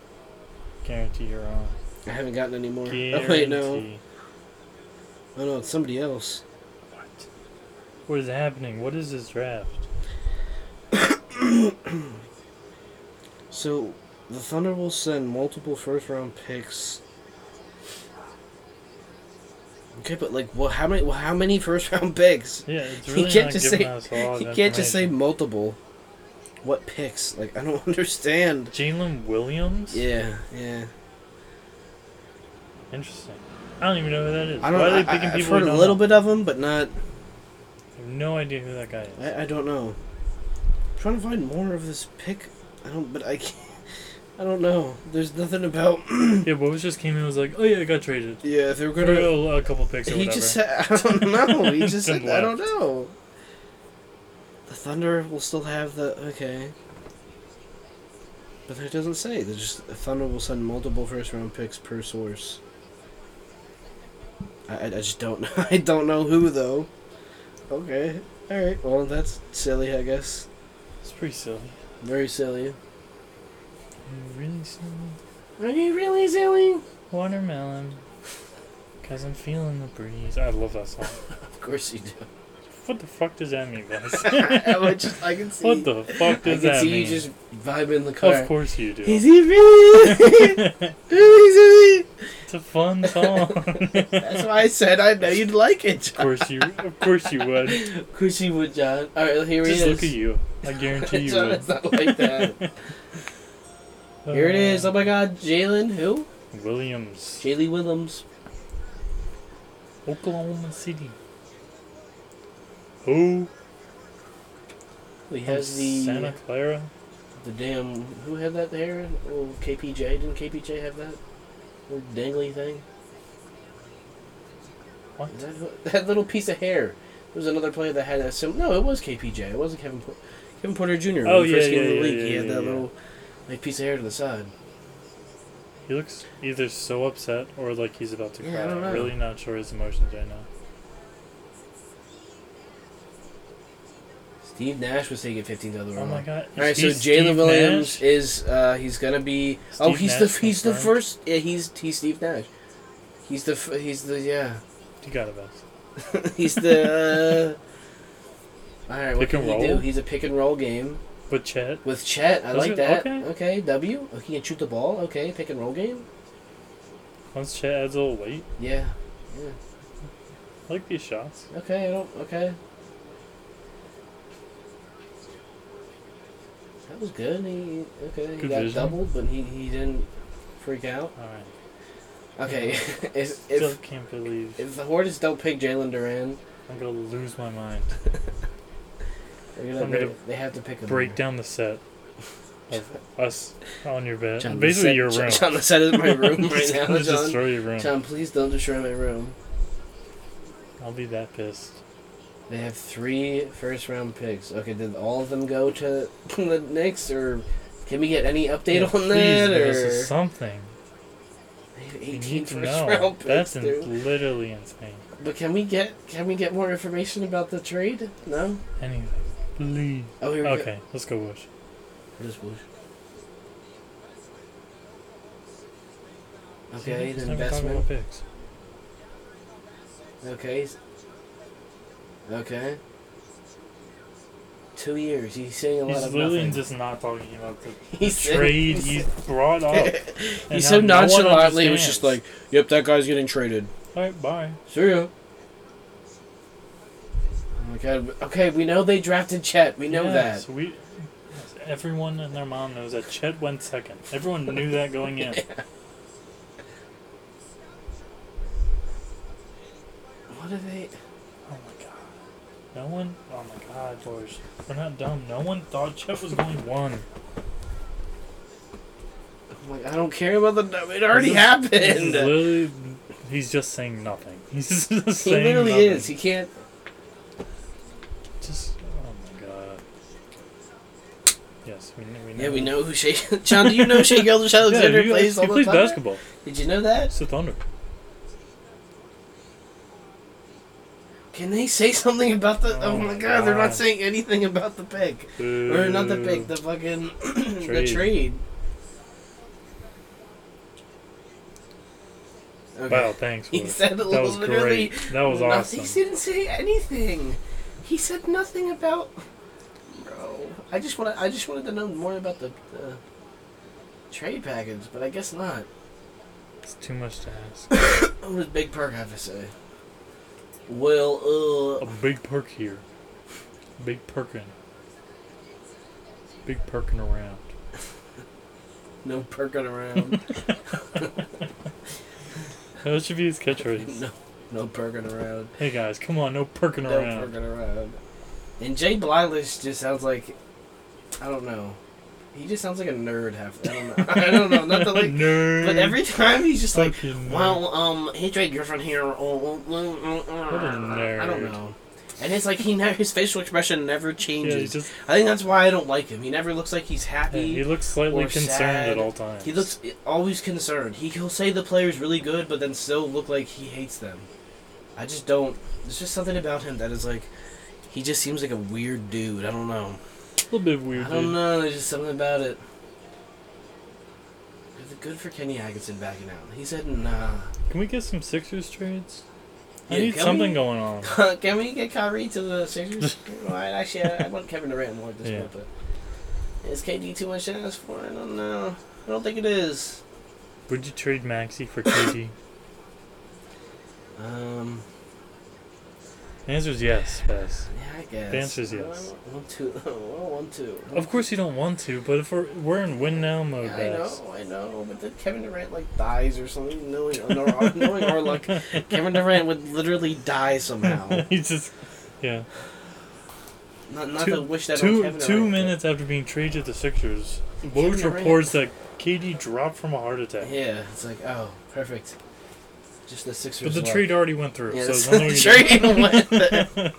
Speaker 2: Guarantee you're on.
Speaker 1: I haven't gotten any more.
Speaker 2: Guarantee.
Speaker 1: Oh wait, no. Oh no, it's somebody else.
Speaker 2: What? What is happening? What is this draft?
Speaker 1: So, the Thunder will send multiple first round picks. Okay, but like, what? How many? well, How many first round picks?
Speaker 2: Yeah, it's
Speaker 1: He
Speaker 2: really
Speaker 1: can't
Speaker 2: not
Speaker 1: just
Speaker 2: giving
Speaker 1: say-
Speaker 2: us a lot
Speaker 1: You
Speaker 2: of
Speaker 1: can't just say
Speaker 2: information.
Speaker 1: multiple. What picks? Like I don't understand.
Speaker 2: Jalen Williams.
Speaker 1: Yeah, yeah.
Speaker 2: Interesting. I don't even know who that is.
Speaker 1: I don't.
Speaker 2: Why are they
Speaker 1: I,
Speaker 2: picking
Speaker 1: have
Speaker 2: people
Speaker 1: heard
Speaker 2: we
Speaker 1: a
Speaker 2: don't
Speaker 1: little
Speaker 2: know?
Speaker 1: bit of them, but not.
Speaker 2: I have no idea who that guy is.
Speaker 1: I, I don't know. I'm trying to find more of this pick. I don't. But I can't. I don't know. There's nothing about.
Speaker 2: yeah, Woj just came in and was like, "Oh yeah, I got traded."
Speaker 1: Yeah, they're
Speaker 2: For
Speaker 1: gonna.
Speaker 2: a, a couple picks or
Speaker 1: He
Speaker 2: whatever.
Speaker 1: just said. I don't know. He just
Speaker 2: Simple
Speaker 1: said. I don't know. The Thunder will still have the okay. But it doesn't say. There's just the Thunder will send multiple first round picks per source. I, I I just don't know. I don't know who though. Okay. All right. Well, that's silly. I guess.
Speaker 2: it's pretty silly.
Speaker 1: Very silly.
Speaker 2: Really silly.
Speaker 1: Are you really silly?
Speaker 2: Watermelon. Cause I'm feeling the breeze. I love that song.
Speaker 1: Of course you do.
Speaker 2: what the fuck does that mean, guys?
Speaker 1: I, just, I can see.
Speaker 2: what the fuck
Speaker 1: I
Speaker 2: does
Speaker 1: can
Speaker 2: that
Speaker 1: see
Speaker 2: mean?
Speaker 1: you just vibe in the car.
Speaker 2: of course you do.
Speaker 1: Is he really?
Speaker 2: it's
Speaker 1: really silly?
Speaker 2: a fun song.
Speaker 1: That's why I said I know you'd like it.
Speaker 2: Of course you, of course you would.
Speaker 1: Of course you would, John. All right, here
Speaker 2: Just
Speaker 1: he is.
Speaker 2: look at you. I guarantee you
Speaker 1: John,
Speaker 2: would.
Speaker 1: it's not like that. Here it is. Oh my God, Jalen who?
Speaker 2: Williams,
Speaker 1: Jalen Willems.
Speaker 2: Oklahoma City. Who?
Speaker 1: He has the
Speaker 2: Oh, Santa Clara.
Speaker 1: the damn who had that hair? Oh, KPJ didn't KPJ have that little dangly thing?
Speaker 2: What?
Speaker 1: Is that, who- that little piece of hair? There was another player that had a sim. No, it was KPJ. It wasn't Kevin. Por- Kevin Porter Jr. When
Speaker 2: Oh,
Speaker 1: he
Speaker 2: yeah,
Speaker 1: first came
Speaker 2: yeah,
Speaker 1: in the
Speaker 2: yeah,
Speaker 1: league,
Speaker 2: yeah,
Speaker 1: he had
Speaker 2: yeah,
Speaker 1: that
Speaker 2: yeah.
Speaker 1: little like piece of hair to the side.
Speaker 2: He looks either so upset or like he's about to cry.
Speaker 1: Yeah, I don't
Speaker 2: I'm
Speaker 1: know.
Speaker 2: really not sure his emotions right now.
Speaker 1: Steve Nash was taken 15th other
Speaker 2: Oh
Speaker 1: round.
Speaker 2: my god.
Speaker 1: All right, so
Speaker 2: Is he
Speaker 1: Jalen
Speaker 2: Steve
Speaker 1: Williams
Speaker 2: Nash?
Speaker 1: is uh, he's gonna be. oh,
Speaker 2: Steve
Speaker 1: he's
Speaker 2: Nash
Speaker 1: the he's the
Speaker 2: confirmed?
Speaker 1: first. Yeah, he's he's Steve Nash. He's the f- he's the yeah
Speaker 2: You got it, best.
Speaker 1: he's the. Uh, all right, what
Speaker 2: Pick
Speaker 1: can
Speaker 2: and
Speaker 1: he do?
Speaker 2: roll?
Speaker 1: He's a pick and roll game
Speaker 2: But Chet,
Speaker 1: with Chet. I
Speaker 2: Is
Speaker 1: like
Speaker 2: it?
Speaker 1: that.
Speaker 2: Okay.
Speaker 1: Okay. W. Oh, he can shoot the ball. Okay, pick and roll game.
Speaker 2: once Chet adds a little weight,
Speaker 1: Yeah.
Speaker 2: I like these shots.
Speaker 1: Okay. I don't. Okay. That was good. He okay. He
Speaker 2: Good
Speaker 1: got
Speaker 2: vision.
Speaker 1: doubled, but he, he didn't freak out.
Speaker 2: All right.
Speaker 1: Okay, if
Speaker 2: Still
Speaker 1: if,
Speaker 2: can't believe
Speaker 1: if the Hornets don't pick Jalen Duran,
Speaker 2: I'm gonna lose my mind.
Speaker 1: they're gonna,
Speaker 2: I'm gonna
Speaker 1: they they have to pick a
Speaker 2: Break down the set of us on your bed,
Speaker 1: John, the
Speaker 2: basically
Speaker 1: set-
Speaker 2: your
Speaker 1: John-
Speaker 2: room.
Speaker 1: John, the set is my room right
Speaker 2: Just
Speaker 1: now,
Speaker 2: gonna
Speaker 1: John.
Speaker 2: destroy your room.
Speaker 1: John, please don't destroy my room.
Speaker 2: I'll be that pissed.
Speaker 1: They have three first round picks. Okay, did all of them go to the Knicks, or can we get any update
Speaker 2: Yeah,
Speaker 1: on that?
Speaker 2: Please,
Speaker 1: Or
Speaker 2: give us something.
Speaker 1: They have
Speaker 2: We
Speaker 1: 18
Speaker 2: need to
Speaker 1: first
Speaker 2: know.
Speaker 1: round picks,
Speaker 2: That's in-
Speaker 1: dude.
Speaker 2: literally insane.
Speaker 1: But can we get can we get more information about the trade? No.
Speaker 2: Anyway, please.
Speaker 1: Oh, here we go.
Speaker 2: Okay, let's go Bush.
Speaker 1: Just whoosh. Okay,
Speaker 2: Let's
Speaker 1: the
Speaker 2: never talk
Speaker 1: investment.
Speaker 2: about picks.
Speaker 1: Okay. s- Okay. Two years. He's saying a lot
Speaker 2: He's
Speaker 1: of
Speaker 2: literally
Speaker 1: nothing.
Speaker 2: just not talking about the
Speaker 1: he's saying-
Speaker 2: trade
Speaker 1: he's
Speaker 2: you
Speaker 1: saying-
Speaker 2: brought up. and
Speaker 1: he's
Speaker 2: how
Speaker 1: so
Speaker 2: no one
Speaker 1: nonchalantly. He was
Speaker 2: understands.
Speaker 1: just like, "Yep, that guy's getting traded."
Speaker 2: All right, bye.
Speaker 1: See ya. Oh my god. Okay, we know they drafted Chet. We know
Speaker 2: Yes,
Speaker 1: that.
Speaker 2: We, yes, everyone and their mom knows that Chet went second. Everyone knew that going in.
Speaker 1: What are they?
Speaker 2: Oh my god. No one. Oh my god, George. We're not dumb. No one thought Chet was going one.
Speaker 1: I'm like, I don't care about the. It already
Speaker 2: This is- He's
Speaker 1: happened.
Speaker 2: literally, he's just saying nothing. He's just
Speaker 1: uh, He
Speaker 2: saying
Speaker 1: literally
Speaker 2: nothing.
Speaker 1: is. He can't.
Speaker 2: Just. Oh my god. Yes, we, kn- we know.
Speaker 1: Yeah, we know who Shea. John, do you know Shea Gilders Alexander
Speaker 2: yeah, he,
Speaker 1: plays all
Speaker 2: he
Speaker 1: the
Speaker 2: played
Speaker 1: time?
Speaker 2: basketball.
Speaker 1: Did you know that?
Speaker 2: It's the Thunder.
Speaker 1: Can they say something about the? Oh,
Speaker 2: Oh
Speaker 1: my
Speaker 2: my
Speaker 1: god, they're not
Speaker 2: God.
Speaker 1: saying anything about the pick or not the pick, the fucking the
Speaker 2: Trade.
Speaker 1: trade. Okay.
Speaker 2: Wow, thanks.
Speaker 1: He
Speaker 2: Wood.
Speaker 1: said
Speaker 2: that was
Speaker 1: literally
Speaker 2: great. That was
Speaker 1: Noth-
Speaker 2: awesome.
Speaker 1: He didn't say anything. He said nothing about. Bro, I just want. I just wanted to know more about the, the trade package, but I guess not.
Speaker 2: It's too much to ask.
Speaker 1: What does Big Perk have to say? Well,
Speaker 2: A
Speaker 1: uh,
Speaker 2: big perk here. Big perkin. Big perkin around.
Speaker 1: no perking around.
Speaker 2: That should be his catchphrase.
Speaker 1: no, no perking around.
Speaker 2: Hey guys, come on, no perking
Speaker 1: No
Speaker 2: around.
Speaker 1: perking around. And Jay Blylish just sounds like, I don't know. He just sounds like a nerd. Half. I don't know. I don't know. Not to like.
Speaker 2: nerd.
Speaker 1: But every time he's just like,
Speaker 2: Fucking nerd.
Speaker 1: well, um, hey Drake Griffin here. Oh, oh, oh, oh, oh."
Speaker 2: What a nerd.
Speaker 1: I don't know. And it's like he never, his facial expression never
Speaker 2: yeah, he
Speaker 1: changes.
Speaker 2: just
Speaker 1: I think that's why I don't like him. He never looks like he's happy.
Speaker 2: yeah, he looks slightly
Speaker 1: or
Speaker 2: concerned
Speaker 1: sad.
Speaker 2: at all times.
Speaker 1: He looks always concerned. He, he'll say the player's really good, but then still look like he hates them. I just don't. There's just something about him that is like. He just seems like a weird dude. I don't know.
Speaker 2: a little bit weird.
Speaker 1: I don't
Speaker 2: dude.
Speaker 1: know. There's just something about it. Good- Good for Kenny Atkinson backing out. He said, nah.
Speaker 2: Can we get some Sixers trades? I
Speaker 1: Yeah,
Speaker 2: need
Speaker 1: can
Speaker 2: something
Speaker 1: we?
Speaker 2: going on.
Speaker 1: Can we get Kyrie to the Sixers? well, I- actually, I, I want Kevin Durant more at this
Speaker 2: Yeah.
Speaker 1: point, but. Is KD too much to ask for? I don't know. I don't think it is.
Speaker 2: Would you trade Maxi for KD?
Speaker 1: Um.
Speaker 2: the answer is yes, Bess.
Speaker 1: Yeah, I guess.
Speaker 2: The answer is
Speaker 1: I don't
Speaker 2: yes.
Speaker 1: want to. I don't want to.
Speaker 2: Of course you don't want to, but if we're, we're in win now mode,
Speaker 1: I
Speaker 2: Bess.
Speaker 1: know, I know, but then Kevin Durant like dies or something. Knowing, nor- knowing our luck, Kevin Durant would literally die somehow.
Speaker 2: He's just yeah.
Speaker 1: Not, not
Speaker 2: Two-
Speaker 1: to wish that on
Speaker 2: two
Speaker 1: Kevin
Speaker 2: two
Speaker 1: Durant,
Speaker 2: minutes after being traded to Sixers,
Speaker 1: Kevin
Speaker 2: Woj
Speaker 1: Durant-
Speaker 2: reports that KD dropped from a heart
Speaker 1: but-
Speaker 2: attack.
Speaker 1: Yeah, it's like oh, perfect. Just the Sixers.
Speaker 2: But the
Speaker 1: luck.
Speaker 2: trade already went through,
Speaker 1: Yeah,
Speaker 2: so
Speaker 1: so
Speaker 2: there's no
Speaker 1: the
Speaker 2: need-
Speaker 1: trade went. there.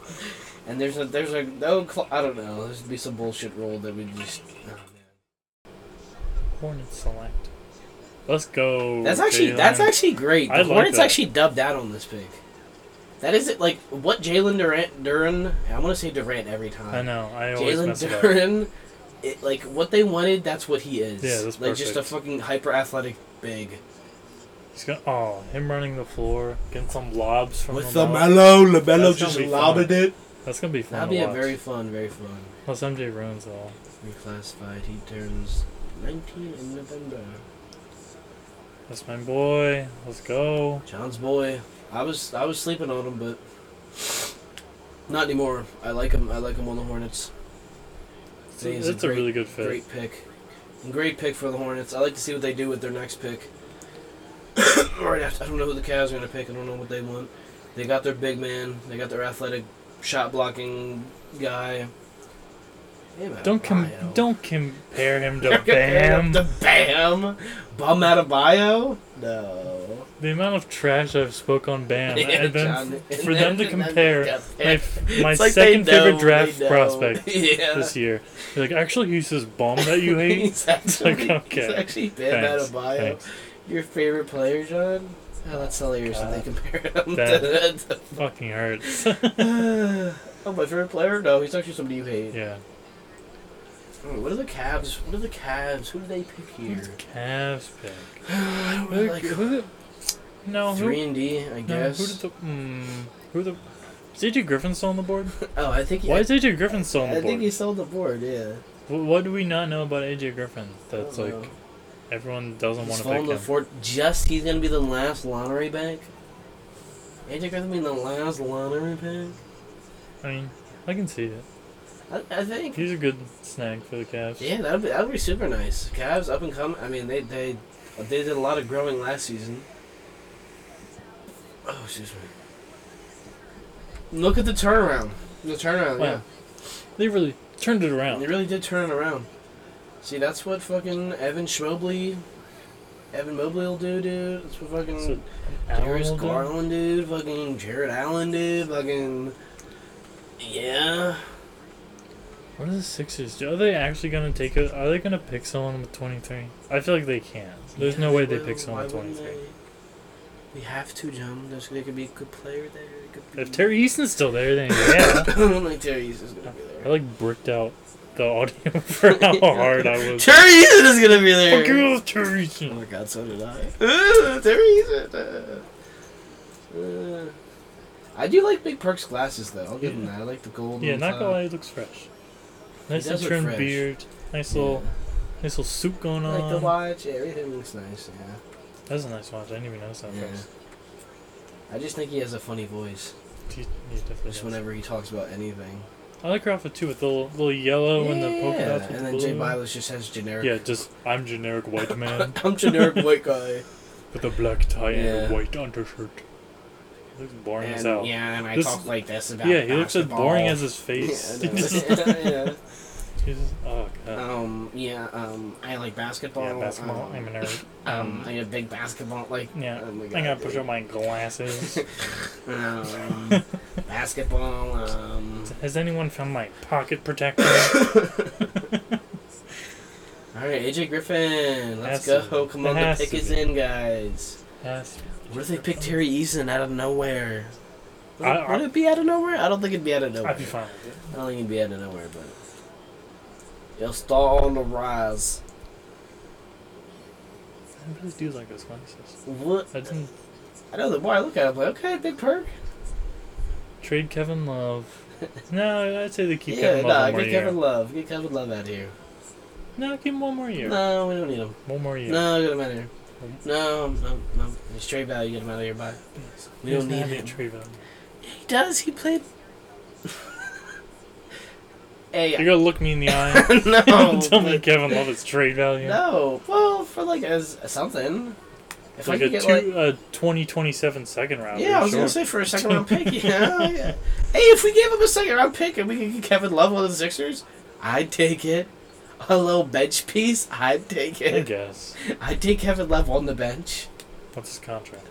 Speaker 1: And there's a there's a no cl- I don't know there's be some bullshit rule that we just oh, man.
Speaker 2: Hornets select. Let's go.
Speaker 1: that's actually that's
Speaker 2: Jalen.
Speaker 1: actually great. The
Speaker 2: I like
Speaker 1: Hornets
Speaker 2: that.
Speaker 1: actually dubbed out on this pick. That is it like what Jalen Durant Duran I want to say Durant every time.
Speaker 2: I know. I always mess
Speaker 1: Jalen
Speaker 2: it up.
Speaker 1: Duran, it, like what they wanted, that's what he is.
Speaker 2: Yeah, that's
Speaker 1: like just a
Speaker 2: perfect.
Speaker 1: fucking hyper athletic big
Speaker 2: He's got oh him running the floor, getting some lobs from
Speaker 1: with
Speaker 2: the
Speaker 1: the
Speaker 2: mouth.
Speaker 1: mellow, Labello
Speaker 2: That's
Speaker 1: just
Speaker 2: gonna be
Speaker 1: lobbed
Speaker 2: fun.
Speaker 1: it.
Speaker 2: That's gonna be fun.
Speaker 1: That'd
Speaker 2: to
Speaker 1: be a
Speaker 2: watch.
Speaker 1: very fun, very fun.
Speaker 2: Unless MJ ruins it all.
Speaker 1: Reclassified. He turns 19 in November.
Speaker 2: That's my boy. Let's go.
Speaker 1: John's boy. I was I was sleeping on him, but not anymore. I like him. I like him on the Hornets.
Speaker 2: It's a- it's a really good fit.
Speaker 1: Great pick. And great pick for the Hornets. I like to see what they do with their next pick. right after, I don't know who the Cavs are going to pick. I don't know what they want. They got their big man. They got their athletic shot blocking guy. Bam
Speaker 2: Don't com-
Speaker 1: Adebayo.
Speaker 2: don't compare him to
Speaker 1: Compare him
Speaker 2: Bam.
Speaker 1: to Bam. Bum out of bio? No.
Speaker 2: The amount of trash I've spoke on Bam,
Speaker 1: Yeah,
Speaker 2: and then
Speaker 1: John,
Speaker 2: f-
Speaker 1: and
Speaker 2: for them to
Speaker 1: then-
Speaker 2: compare my f- my
Speaker 1: It's like they
Speaker 2: second favorite
Speaker 1: know,
Speaker 2: draft
Speaker 1: they know.
Speaker 2: prospect
Speaker 1: yeah.
Speaker 2: this year. You're like, actually, he's this bum that you hate.
Speaker 1: He's actually,
Speaker 2: Like, okay.
Speaker 1: he's actually Bam
Speaker 2: Thanks,
Speaker 1: Adebayo.
Speaker 2: thanks.
Speaker 1: Your favorite player, John? Oh, that's hilarious that they compare him to
Speaker 2: That- Fucking hurts.
Speaker 1: that. oh, my favorite player? No, he's actually somebody you hate.
Speaker 2: yeah.
Speaker 1: Oh, what are the Cavs? What are the Cavs? Who do they pick here?
Speaker 2: Cavs pick.
Speaker 1: I don't
Speaker 2: Who-
Speaker 1: really like
Speaker 2: who the- no, who,
Speaker 1: three and D, I
Speaker 2: no,
Speaker 1: guess.
Speaker 2: who did the mm, who the is AJ Griffin still on the board?
Speaker 1: oh, I think. He,
Speaker 2: Why is AJ Griffin still on
Speaker 1: I
Speaker 2: the board?
Speaker 1: think he sold the board. Yeah.
Speaker 2: Wh- What do we not know about AJ Griffin?
Speaker 1: I
Speaker 2: That's
Speaker 1: don't
Speaker 2: like
Speaker 1: know.
Speaker 2: everyone doesn't
Speaker 1: He's
Speaker 2: want to pick
Speaker 1: falling to
Speaker 2: him.
Speaker 1: four. Just he's gonna be the last lottery pick. AJ Griffin being the last lottery pick.
Speaker 2: I mean, I can see it.
Speaker 1: I, I think.
Speaker 2: He's a good snag for the Cavs.
Speaker 1: Yeah, that'd be that'd be super nice. Cavs up and coming. I mean, they they they did a lot of growing last season. Oh, excuse me. Look at the turnaround. The turnaround.
Speaker 2: Wow. They really turned it
Speaker 1: Yeah,
Speaker 2: around.
Speaker 1: they really did turn it around. See, that's what fucking Evan Schmobley, Evan Mobley will do, dude. That's what fucking.
Speaker 2: So,
Speaker 1: Darius
Speaker 2: Allen,
Speaker 1: Garland, dude. Fucking Jared Allen, dude. Fucking. Yeah.
Speaker 2: What are the Sixers? do? Are they actually gonna take a? Are they gonna pick someone with twenty three? I feel like they can't. There's no way they
Speaker 1: Well,
Speaker 2: pick someone
Speaker 1: why
Speaker 2: with twenty
Speaker 1: wouldn't
Speaker 2: three.
Speaker 1: they? We have to, John. There's, there could be a good player there. It could be...
Speaker 2: If Terry Easton's still there, then yeah.
Speaker 1: I don't think Terry Easton's going to be
Speaker 2: I
Speaker 1: there.
Speaker 2: like bricked out the audio for how hard I was.
Speaker 1: Terry Easton is going to be there!
Speaker 2: Fuck you, Terry
Speaker 1: Oh
Speaker 2: Easton.
Speaker 1: my god, so did I. Uh, Terry Easton! Uh, uh, I do like Big Perk's glasses, though. I'll give him that. I like the gold.
Speaker 2: Yeah,
Speaker 1: on
Speaker 2: not
Speaker 1: top.
Speaker 2: gonna lie, he looks fresh. Nice
Speaker 1: does
Speaker 2: and
Speaker 1: look
Speaker 2: trimmed
Speaker 1: fresh.
Speaker 2: beard. Nice
Speaker 1: Yeah.
Speaker 2: little, nice little suit going
Speaker 1: I
Speaker 2: on.
Speaker 1: like the watch. Everything looks nice, yeah.
Speaker 2: That's a nice watch. I didn't even notice that
Speaker 1: Yeah.
Speaker 2: first.
Speaker 1: I just think he has a funny voice.
Speaker 2: He- he definitely
Speaker 1: Just
Speaker 2: does.
Speaker 1: whenever he talks about anything.
Speaker 2: I like her outfit too with the little, little yellow and the polka
Speaker 1: Yeah,
Speaker 2: dots. with
Speaker 1: And
Speaker 2: the
Speaker 1: then Jay
Speaker 2: blue.
Speaker 1: Bilas just has generic.
Speaker 2: Yeah, just I'm generic white man
Speaker 1: I'm generic white guy.
Speaker 2: with a black tie and
Speaker 1: Yeah.
Speaker 2: a white undershirt. He looks boring as hell.
Speaker 1: And,
Speaker 2: Yeah,
Speaker 1: yeah, and I
Speaker 2: This-
Speaker 1: talk like this about.
Speaker 2: he looks as
Speaker 1: basketball.
Speaker 2: boring as his
Speaker 1: Yeah,
Speaker 2: face.
Speaker 1: I
Speaker 2: He just-
Speaker 1: know. yeah,
Speaker 2: he's just- oh
Speaker 1: yeah.
Speaker 2: god.
Speaker 1: Um, yeah, um, I like basketball.
Speaker 2: yeah, basketball. I'm
Speaker 1: Um,
Speaker 2: a nerd.
Speaker 1: um, I'm a big basketball like.
Speaker 2: Yeah,
Speaker 1: oh my
Speaker 2: I'm
Speaker 1: God,
Speaker 2: gonna push
Speaker 1: dude.
Speaker 2: up my glasses.
Speaker 1: Um, basketball. Um,
Speaker 2: Has anyone found my pocket protector?
Speaker 1: all right, AJ Griffin, let's
Speaker 2: Has to
Speaker 1: go.
Speaker 2: be.
Speaker 1: Come
Speaker 2: It
Speaker 1: on, the
Speaker 2: has
Speaker 1: pick
Speaker 2: to
Speaker 1: is
Speaker 2: be.
Speaker 1: in, guys.
Speaker 2: Yes.
Speaker 1: What if they pick Terry Eason out of nowhere? Would,
Speaker 2: I- I-
Speaker 1: would it be out of nowhere? I don't think it'd be out of nowhere.
Speaker 2: I'd be fine with it.
Speaker 1: I don't think it'd be out of nowhere, but it'll stall on the rise.
Speaker 2: I really do like those glasses.
Speaker 1: What?
Speaker 2: I didn't
Speaker 1: I know the more I look at it, I'm like, okay, big perk.
Speaker 2: trade Kevin Love. No, I'd say they keep
Speaker 1: yeah,
Speaker 2: Kevin Love
Speaker 1: nah,
Speaker 2: one more
Speaker 1: get
Speaker 2: year.
Speaker 1: Kevin Love, get Kevin Love out of here.
Speaker 2: No, give him one more year.
Speaker 1: No, we don't need him.
Speaker 2: One more year.
Speaker 1: No, get him out of here. No, no, no. He's trade value. Get him out of here. Bye. We don't need him.
Speaker 2: trade value.
Speaker 1: He does. He played. hey,
Speaker 2: You're gonna look me in the eye
Speaker 1: no,
Speaker 2: and tell me
Speaker 1: but-
Speaker 2: Kevin Love is trade value.
Speaker 1: no. Well, for like as something. If
Speaker 2: It's like
Speaker 1: I
Speaker 2: a
Speaker 1: could get
Speaker 2: two,
Speaker 1: like
Speaker 2: a 20, 27 second round.
Speaker 1: Yeah, I was gonna say for a second round pick. Yeah, yeah. Hey, if we gave him a second round pick and we could get Kevin Love on the Sixers, I'd take it. A little bench piece, I'd take
Speaker 2: I
Speaker 1: it.
Speaker 2: guess.
Speaker 1: I'd take Kevin Love on the bench. Um,
Speaker 2: What's his contract?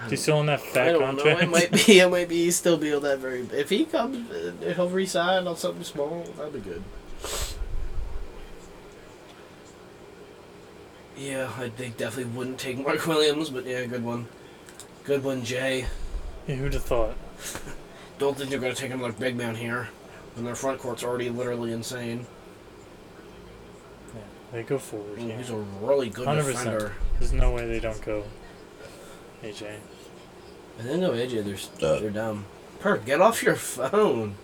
Speaker 1: I
Speaker 2: Is he
Speaker 1: don't-
Speaker 2: still on that
Speaker 1: I
Speaker 2: fat
Speaker 1: don't know.
Speaker 2: contract?
Speaker 1: It might be. It might be. He'd still be on that very. If he comes, uh, if he'll resign on something small. That'd be good. Yeah, I think definitely wouldn't take Mark Williams, but yeah, good one. Good one, Jay.
Speaker 2: Yeah, who'd have thought?
Speaker 1: Don't think they're going to take another big man here. And their front court's already literally insane.
Speaker 2: Yeah, they go forward.
Speaker 1: Ooh,
Speaker 2: here.
Speaker 1: He's a really good
Speaker 2: 100%.
Speaker 1: defender.
Speaker 2: There's no way they don't go. AJ.
Speaker 1: And then no AJ, they're, s- they're dumb. Perk, get off your phone.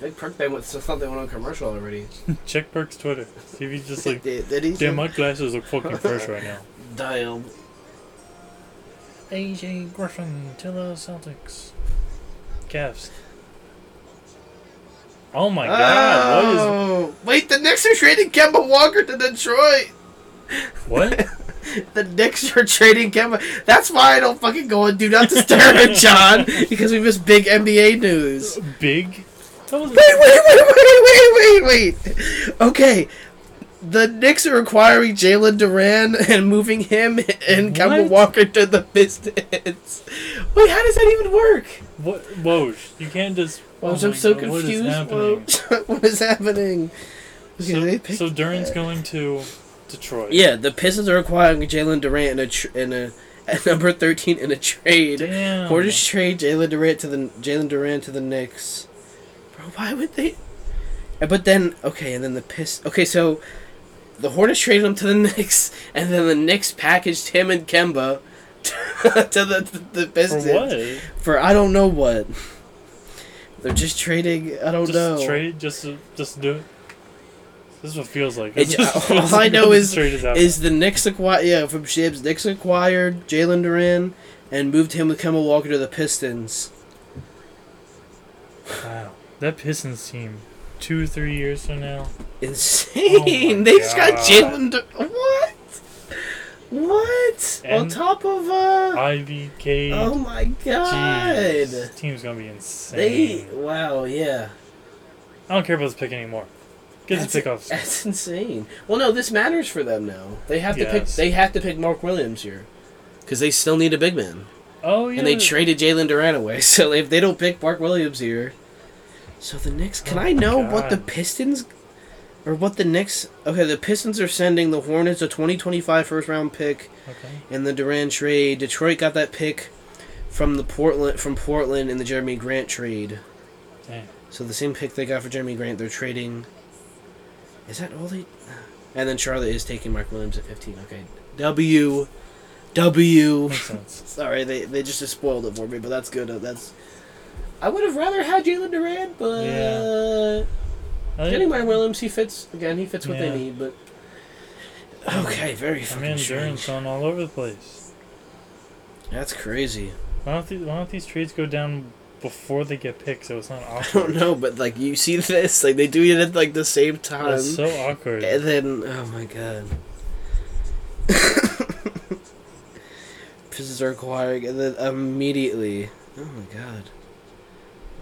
Speaker 1: Big Perk, they went, thought they went on commercial already.
Speaker 2: Check Perk's Twitter. See if he's just like,
Speaker 1: did, did he?
Speaker 2: damn, my glasses look fucking fresh right now.
Speaker 1: Dial.
Speaker 2: AJ Griffin to the Celtics. Cavs. Oh my god, what is
Speaker 1: Oh. Wait, the Knicks are trading Kemba Walker to Detroit.
Speaker 2: What?
Speaker 1: The Knicks are trading Kemba. That's why I don't fucking go and do not disturb it, John, because we missed big NBA news.
Speaker 2: Big? That was
Speaker 1: Wait, wait, wait, wait, wait, wait, wait. Okay. The Knicks are acquiring Jalen Duran and moving him and Kemba
Speaker 2: What?
Speaker 1: Walker to the Pistons. Wait, how does that even work?
Speaker 2: What? Woj, you can't just.
Speaker 1: Well,
Speaker 2: oh
Speaker 1: I'm
Speaker 2: my
Speaker 1: so
Speaker 2: God, What is
Speaker 1: confused.
Speaker 2: happening?
Speaker 1: Woj. what is happening? Okay, they
Speaker 2: So,
Speaker 1: picked-
Speaker 2: so Duran's going to Detroit.
Speaker 1: Yeah, the Pistons are acquiring Jalen Durant in a tr- in a at number thirteen in a trade.
Speaker 2: Damn.
Speaker 1: Porter's trade Jalen Durant to the Jalen Durant to the Knicks. Bro, why would they? Uh, But then okay, and then the Pist. Okay, so the Hornets traded him to the Knicks, and then the Knicks packaged him and Kemba to the the, the
Speaker 2: For
Speaker 1: Pistons
Speaker 2: what?
Speaker 1: for I don't know what. They're just trading. I don't
Speaker 2: just
Speaker 1: know.
Speaker 2: trade? Just to, just to do it? This is what it feels like.
Speaker 1: It-
Speaker 2: This is what
Speaker 1: all
Speaker 2: feels
Speaker 1: I
Speaker 2: like
Speaker 1: know
Speaker 2: when
Speaker 1: is-
Speaker 2: this trade is,
Speaker 1: Is the Knicks acquired? Yeah, from Shibs. Knicks acquired Jalen Duran and moved him with Kemba Walker to the Pistons.
Speaker 2: happening. wow. That Pistons team, two three years from now.
Speaker 1: Insane!
Speaker 2: Oh my
Speaker 1: they just got
Speaker 2: God.
Speaker 1: Jalen. Dur- what? What? On
Speaker 2: And-
Speaker 1: top of uh.
Speaker 2: Ivy, Cade.
Speaker 1: Oh my God!
Speaker 2: jeez. This team's gonna be insane.
Speaker 1: They wow yeah.
Speaker 2: I don't care about this pick anymore. Get this
Speaker 1: That's,
Speaker 2: pick off.
Speaker 1: that's insane. Well, no, this matters for them now. They have to pick.
Speaker 2: Yes.
Speaker 1: They have to pick Mark Williams here, because they still need a big man.
Speaker 2: Oh yeah.
Speaker 1: And they traded Jalen Duran away. So if they don't pick Mark Williams here, so the Knicks. Can
Speaker 2: Oh
Speaker 1: I
Speaker 2: my
Speaker 1: know what
Speaker 2: God.
Speaker 1: the Pistons or what the Knicks? Okay, the Pistons are sending the Hornets a 2025 first round pick
Speaker 2: Okay.
Speaker 1: in the Duran trade. Detroit got that pick from the Portland from Portland in the Jeremy Grant trade.
Speaker 2: Dang.
Speaker 1: So the same pick they got for Jeremy Grant, they're trading. Is that all they? And then Charlotte is taking Mark Williams at 15. Okay, W, W.
Speaker 2: Makes sense.
Speaker 1: Sorry, they they just spoiled it for me, but that's good. Uh, That's I would have rather had Jalen Durant, but
Speaker 2: Yeah. I,
Speaker 1: uh, getting my Williams, he fits again. He fits what
Speaker 2: Yeah.
Speaker 1: they need, but okay, very
Speaker 2: my
Speaker 1: fucking
Speaker 2: man Duran's
Speaker 1: strange.
Speaker 2: gone all over the place.
Speaker 1: That's crazy.
Speaker 2: Why don't these Why don't these trades go down before they get picked? So it's not
Speaker 1: I
Speaker 2: awkward.
Speaker 1: don't know, but like you see this, like they do it at like the same time,
Speaker 2: That's so awkward.
Speaker 1: and then oh my god. Pistons are acquiring, and then immediately, oh my god,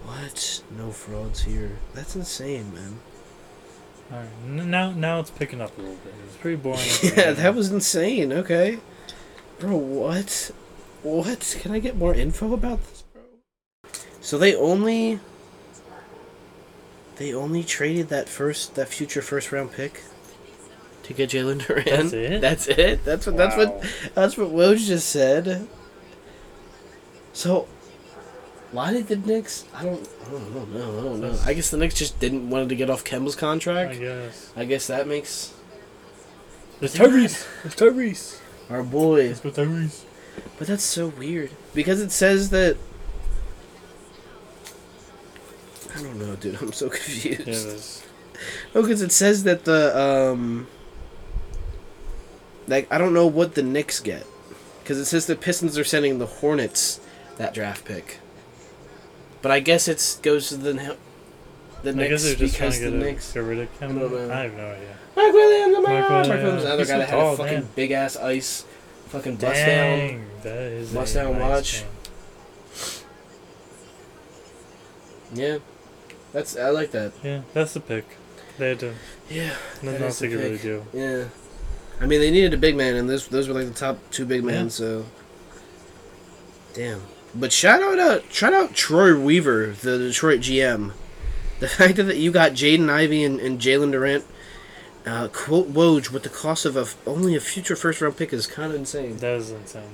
Speaker 1: what? No frauds here. That's insane, man.
Speaker 2: All right. n- Now now it's picking up a little bit. It's pretty boring.
Speaker 1: yeah, that was insane. Okay. Bro, what? What? Can I get more info about this, bro? So they only they only traded that first that future first round pick to get Jalen Duran.
Speaker 2: That's it?
Speaker 1: That's it. That's what that's what
Speaker 2: Wow.
Speaker 1: that's what Woj just said. So why did the Knicks? I don't, I don't, I don't know. I don't know. I guess the Knicks just didn't wanted to get off Kemba's
Speaker 2: I
Speaker 1: contract.
Speaker 2: guess.
Speaker 1: I guess that makes
Speaker 2: It's Tyrese. It's Tyrese.
Speaker 1: our boy
Speaker 2: Let's go Tyrese.
Speaker 1: But that's so weird because it says that. I don't know, dude. I'm so confused.
Speaker 2: Yeah, that's
Speaker 1: Oh, because it says that the um. Like I don't know what the Knicks get, because it says the Pistons are sending the Hornets that draft pick. But I guess it's goes to the. Kn- The
Speaker 2: I
Speaker 1: Knicks
Speaker 2: guess they're just trying
Speaker 1: because
Speaker 2: to
Speaker 1: the
Speaker 2: get, a,
Speaker 1: Knicks.
Speaker 2: get rid of
Speaker 1: I don't
Speaker 2: Kemba.
Speaker 1: know.
Speaker 2: I have no idea.
Speaker 1: Mark Williams, oh my
Speaker 2: Mark
Speaker 1: God. Mark
Speaker 2: Williams.
Speaker 1: Williams, another
Speaker 2: He's
Speaker 1: guy
Speaker 2: so
Speaker 1: that had a
Speaker 2: tall,
Speaker 1: fucking
Speaker 2: damn.
Speaker 1: big ass ice, fucking bust down.
Speaker 2: Dang, that is a
Speaker 1: Bust down watch.
Speaker 2: nice one.
Speaker 1: Yeah, that's I like that.
Speaker 2: Yeah, that's the pick. They had to.
Speaker 1: Yeah, That
Speaker 2: Nothing
Speaker 1: is
Speaker 2: else they
Speaker 1: the
Speaker 2: could really
Speaker 1: pick.
Speaker 2: do.
Speaker 1: yeah. I mean, they needed a big man, and this those were like the top two big men.
Speaker 2: Yeah.
Speaker 1: So, damn. But shout out, uh, shout out Troy Weaver, the Detroit GM. The fact that you got Jaden Ivey and, and Jalen Durant, uh, quote Woj, with the cost of a f only a future first round pick is kind of insane.
Speaker 2: That is insane.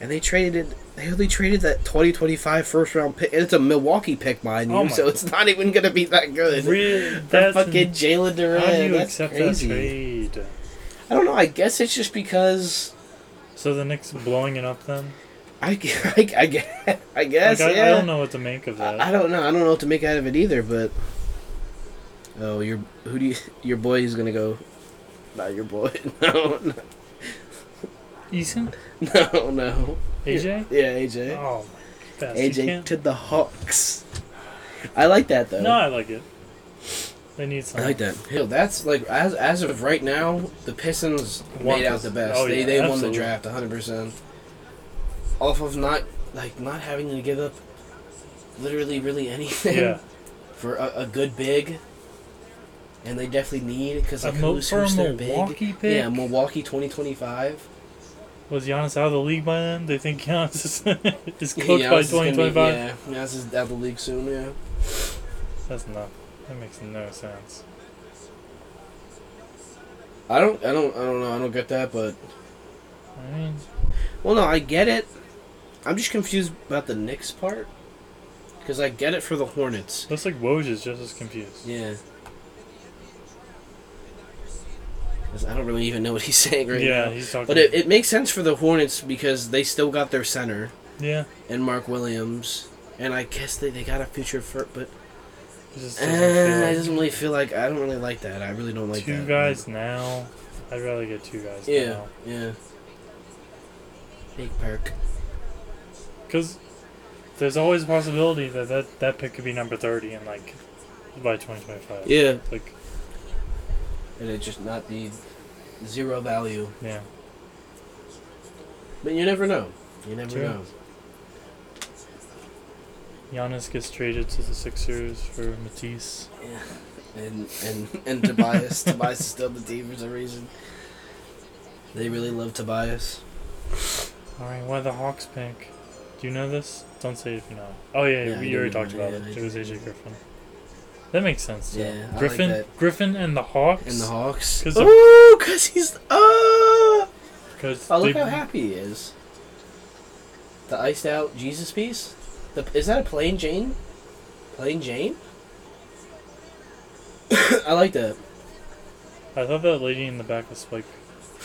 Speaker 1: And they traded, they only traded that 2025 first round pick, and it's a Milwaukee pick, mind you,
Speaker 2: Oh my
Speaker 1: so it's not even gonna be that good.
Speaker 2: Really,
Speaker 1: For
Speaker 2: that's
Speaker 1: fucking
Speaker 2: in-
Speaker 1: Jalen Durant.
Speaker 2: How do you
Speaker 1: that's
Speaker 2: accept
Speaker 1: crazy.
Speaker 2: that trade?
Speaker 1: I don't know. I guess it's just because
Speaker 2: So the Knicks blowing it up then?
Speaker 1: I, g- I, g- I g- I guess
Speaker 2: like, I,
Speaker 1: yeah.
Speaker 2: I don't know what to make of that.
Speaker 1: I, I don't know. I don't know what to make out of it either. But oh, your who do you your boy is gonna go? Not your boy. No, no,
Speaker 2: Eason?
Speaker 1: no. no.
Speaker 2: AJ?
Speaker 1: Yeah, AJ.
Speaker 2: Oh my gosh. you
Speaker 1: AJ
Speaker 2: can't-
Speaker 1: to the Hawks. I like that though.
Speaker 2: No, I like it. They need
Speaker 1: I
Speaker 2: something.
Speaker 1: like that. Hell, that's like as as of right now, the Pistons
Speaker 2: Want
Speaker 1: made out
Speaker 2: this.
Speaker 1: the best.
Speaker 2: Oh,
Speaker 1: they
Speaker 2: yeah,
Speaker 1: they won
Speaker 2: absolutely.
Speaker 1: the draft 100 percent off of not like not having to give up literally really anything
Speaker 2: Yeah.
Speaker 1: for a, a good big. And they definitely need because
Speaker 2: A
Speaker 1: like
Speaker 2: Mo-
Speaker 1: who's,
Speaker 2: for a
Speaker 1: who's their big?
Speaker 2: Milwaukee pick?
Speaker 1: Yeah, Milwaukee 2025.
Speaker 2: Was Giannis out of the league by then? They think Giannis is, is cooked
Speaker 1: Giannis
Speaker 2: by
Speaker 1: is gonna be-
Speaker 2: 2025?
Speaker 1: Yeah, Giannis is out the league soon. Yeah.
Speaker 2: That's not. That makes no sense.
Speaker 1: I don't, I don't, I don't know. I don't get that, but
Speaker 2: I mean,
Speaker 1: well, no, I get it. I'm just confused about the Knicks part because I get it for the Hornets.
Speaker 2: looks like Woj is just as confused.
Speaker 1: Yeah. 'Cause I don't really even know what he's saying right
Speaker 2: yeah,
Speaker 1: now.
Speaker 2: he's talking.
Speaker 1: But it, it makes sense for the Hornets because they still got their center
Speaker 2: yeah,
Speaker 1: and Mark Williams, and I guess they, they got a future for. But
Speaker 2: it just
Speaker 1: uh,
Speaker 2: doesn't feel
Speaker 1: I
Speaker 2: like-
Speaker 1: doesn't really feel like I don't really like that. I really don't like
Speaker 2: two
Speaker 1: that.
Speaker 2: guys now. I'd rather get two guys
Speaker 1: Yeah,
Speaker 2: now.
Speaker 1: yeah. Big perk.
Speaker 2: Because there's always a possibility that, that that pick could be number 30 and like by 2025.
Speaker 1: Yeah,
Speaker 2: Like,
Speaker 1: and it just not be zero value.
Speaker 2: yeah.
Speaker 1: But you never know. You never
Speaker 2: True.
Speaker 1: know.
Speaker 2: Giannis gets traded to the Sixers for Matisse.
Speaker 1: And and and Tobias, Tobias is still on the team for some reason. They really love Tobias.
Speaker 2: Alright, why the Hawks pick? Do you know this? Don't say if you know. Oh, yeah,
Speaker 1: Yeah, I
Speaker 2: we
Speaker 1: do
Speaker 2: already
Speaker 1: know.
Speaker 2: talked about
Speaker 1: Yeah, I
Speaker 2: it.
Speaker 1: do
Speaker 2: It was
Speaker 1: know.
Speaker 2: AJ Griffin. That makes sense. Too.
Speaker 1: Yeah, I like
Speaker 2: Griffin,
Speaker 1: that.
Speaker 2: Griffin and the Hawks.
Speaker 1: And the Hawks.
Speaker 2: 'Cause of-
Speaker 1: Ooh, cause he's oh.
Speaker 2: Because
Speaker 1: Oh, look
Speaker 2: they-
Speaker 1: how happy he is. The iced out Jesus piece. The, is that a plain Jane? Plain Jane. I like that.
Speaker 2: I thought that lady in the back was Spike.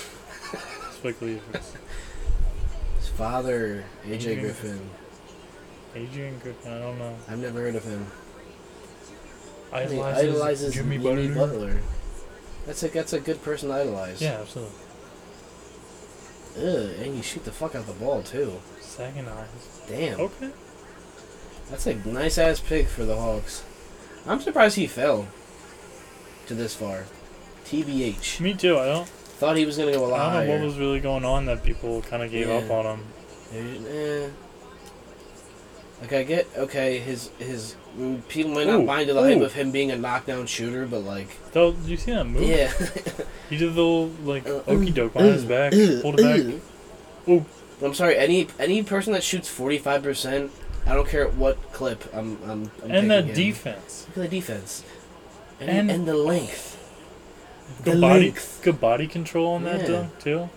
Speaker 2: Spike Lee. at first.
Speaker 1: His father, AJ
Speaker 2: Mhm.
Speaker 1: Griffin.
Speaker 2: Adrian Griffin. I don't know.
Speaker 1: I've never heard of him. He
Speaker 2: Idolizes,
Speaker 1: idolizes
Speaker 2: Jimmy,
Speaker 1: Jimmy,
Speaker 2: Butler.
Speaker 1: Butler. That's a that's a good person to idolize.
Speaker 2: Yeah, absolutely.
Speaker 1: Ugh, and you shoot the fuck out the ball too.
Speaker 2: Second eyes.
Speaker 1: Damn.
Speaker 2: Okay.
Speaker 1: That's a nice ass pick for the Hawks. I'm surprised he fell to this far. TBH.
Speaker 2: Me too. I don't.
Speaker 1: Thought he was gonna go a lot
Speaker 2: I don't know
Speaker 1: higher.
Speaker 2: what was really going on that people kind of gave up
Speaker 1: Yeah.
Speaker 2: on him.
Speaker 1: Eh. Like I get okay, his his mm, people might not
Speaker 2: Ooh,
Speaker 1: mind the hype
Speaker 2: ooh.
Speaker 1: of him being a knockdown shooter, but like
Speaker 2: Though, did you see that move?
Speaker 1: yeah,
Speaker 2: He did the little, like
Speaker 1: Uh,
Speaker 2: okey doke behind his back, pulled it back. Ooh.
Speaker 1: I'm sorry. Any any person that shoots forty five percent, I don't care what clip. I'm I'm. I'm
Speaker 2: back, and that
Speaker 1: picking him.
Speaker 2: defense.
Speaker 1: Look at the defense. And,
Speaker 2: And-
Speaker 1: and, the length.
Speaker 2: Good
Speaker 1: The
Speaker 2: body,
Speaker 1: length.
Speaker 2: good body control on that
Speaker 1: Yeah.
Speaker 2: dunk too.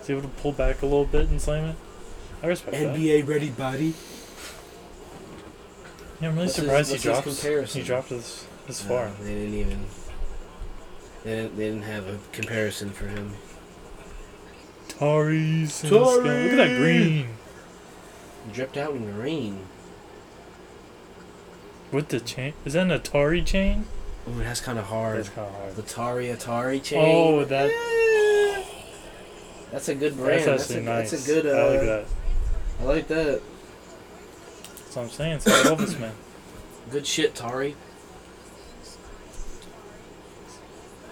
Speaker 2: He's able to pull back a little bit and slam it. I respect that.
Speaker 1: ready body.
Speaker 2: Yeah, I'm really
Speaker 1: What's his- what's
Speaker 2: surprised he
Speaker 1: his
Speaker 2: dropped.
Speaker 1: comparison?
Speaker 2: He dropped this this far.
Speaker 1: they didn't even. They didn't, they didn't have a comparison for him.
Speaker 2: Tari's in the sky. Look at that
Speaker 1: Tari!
Speaker 2: green
Speaker 1: Dripped out in the rain.
Speaker 2: with the chain. Is that an Atari chain?
Speaker 1: Ooh, that's kind of hard.
Speaker 2: That's kind of hard.
Speaker 1: The Atari Atari chain.
Speaker 2: Oh, that
Speaker 1: That's a good brand.
Speaker 2: that's
Speaker 1: That's,
Speaker 2: actually
Speaker 1: a,
Speaker 2: nice.
Speaker 1: that's a good. Uh,
Speaker 2: I like that.
Speaker 1: I like that.
Speaker 2: That's what I'm saying. So I love this man.
Speaker 1: Good shit, Tari.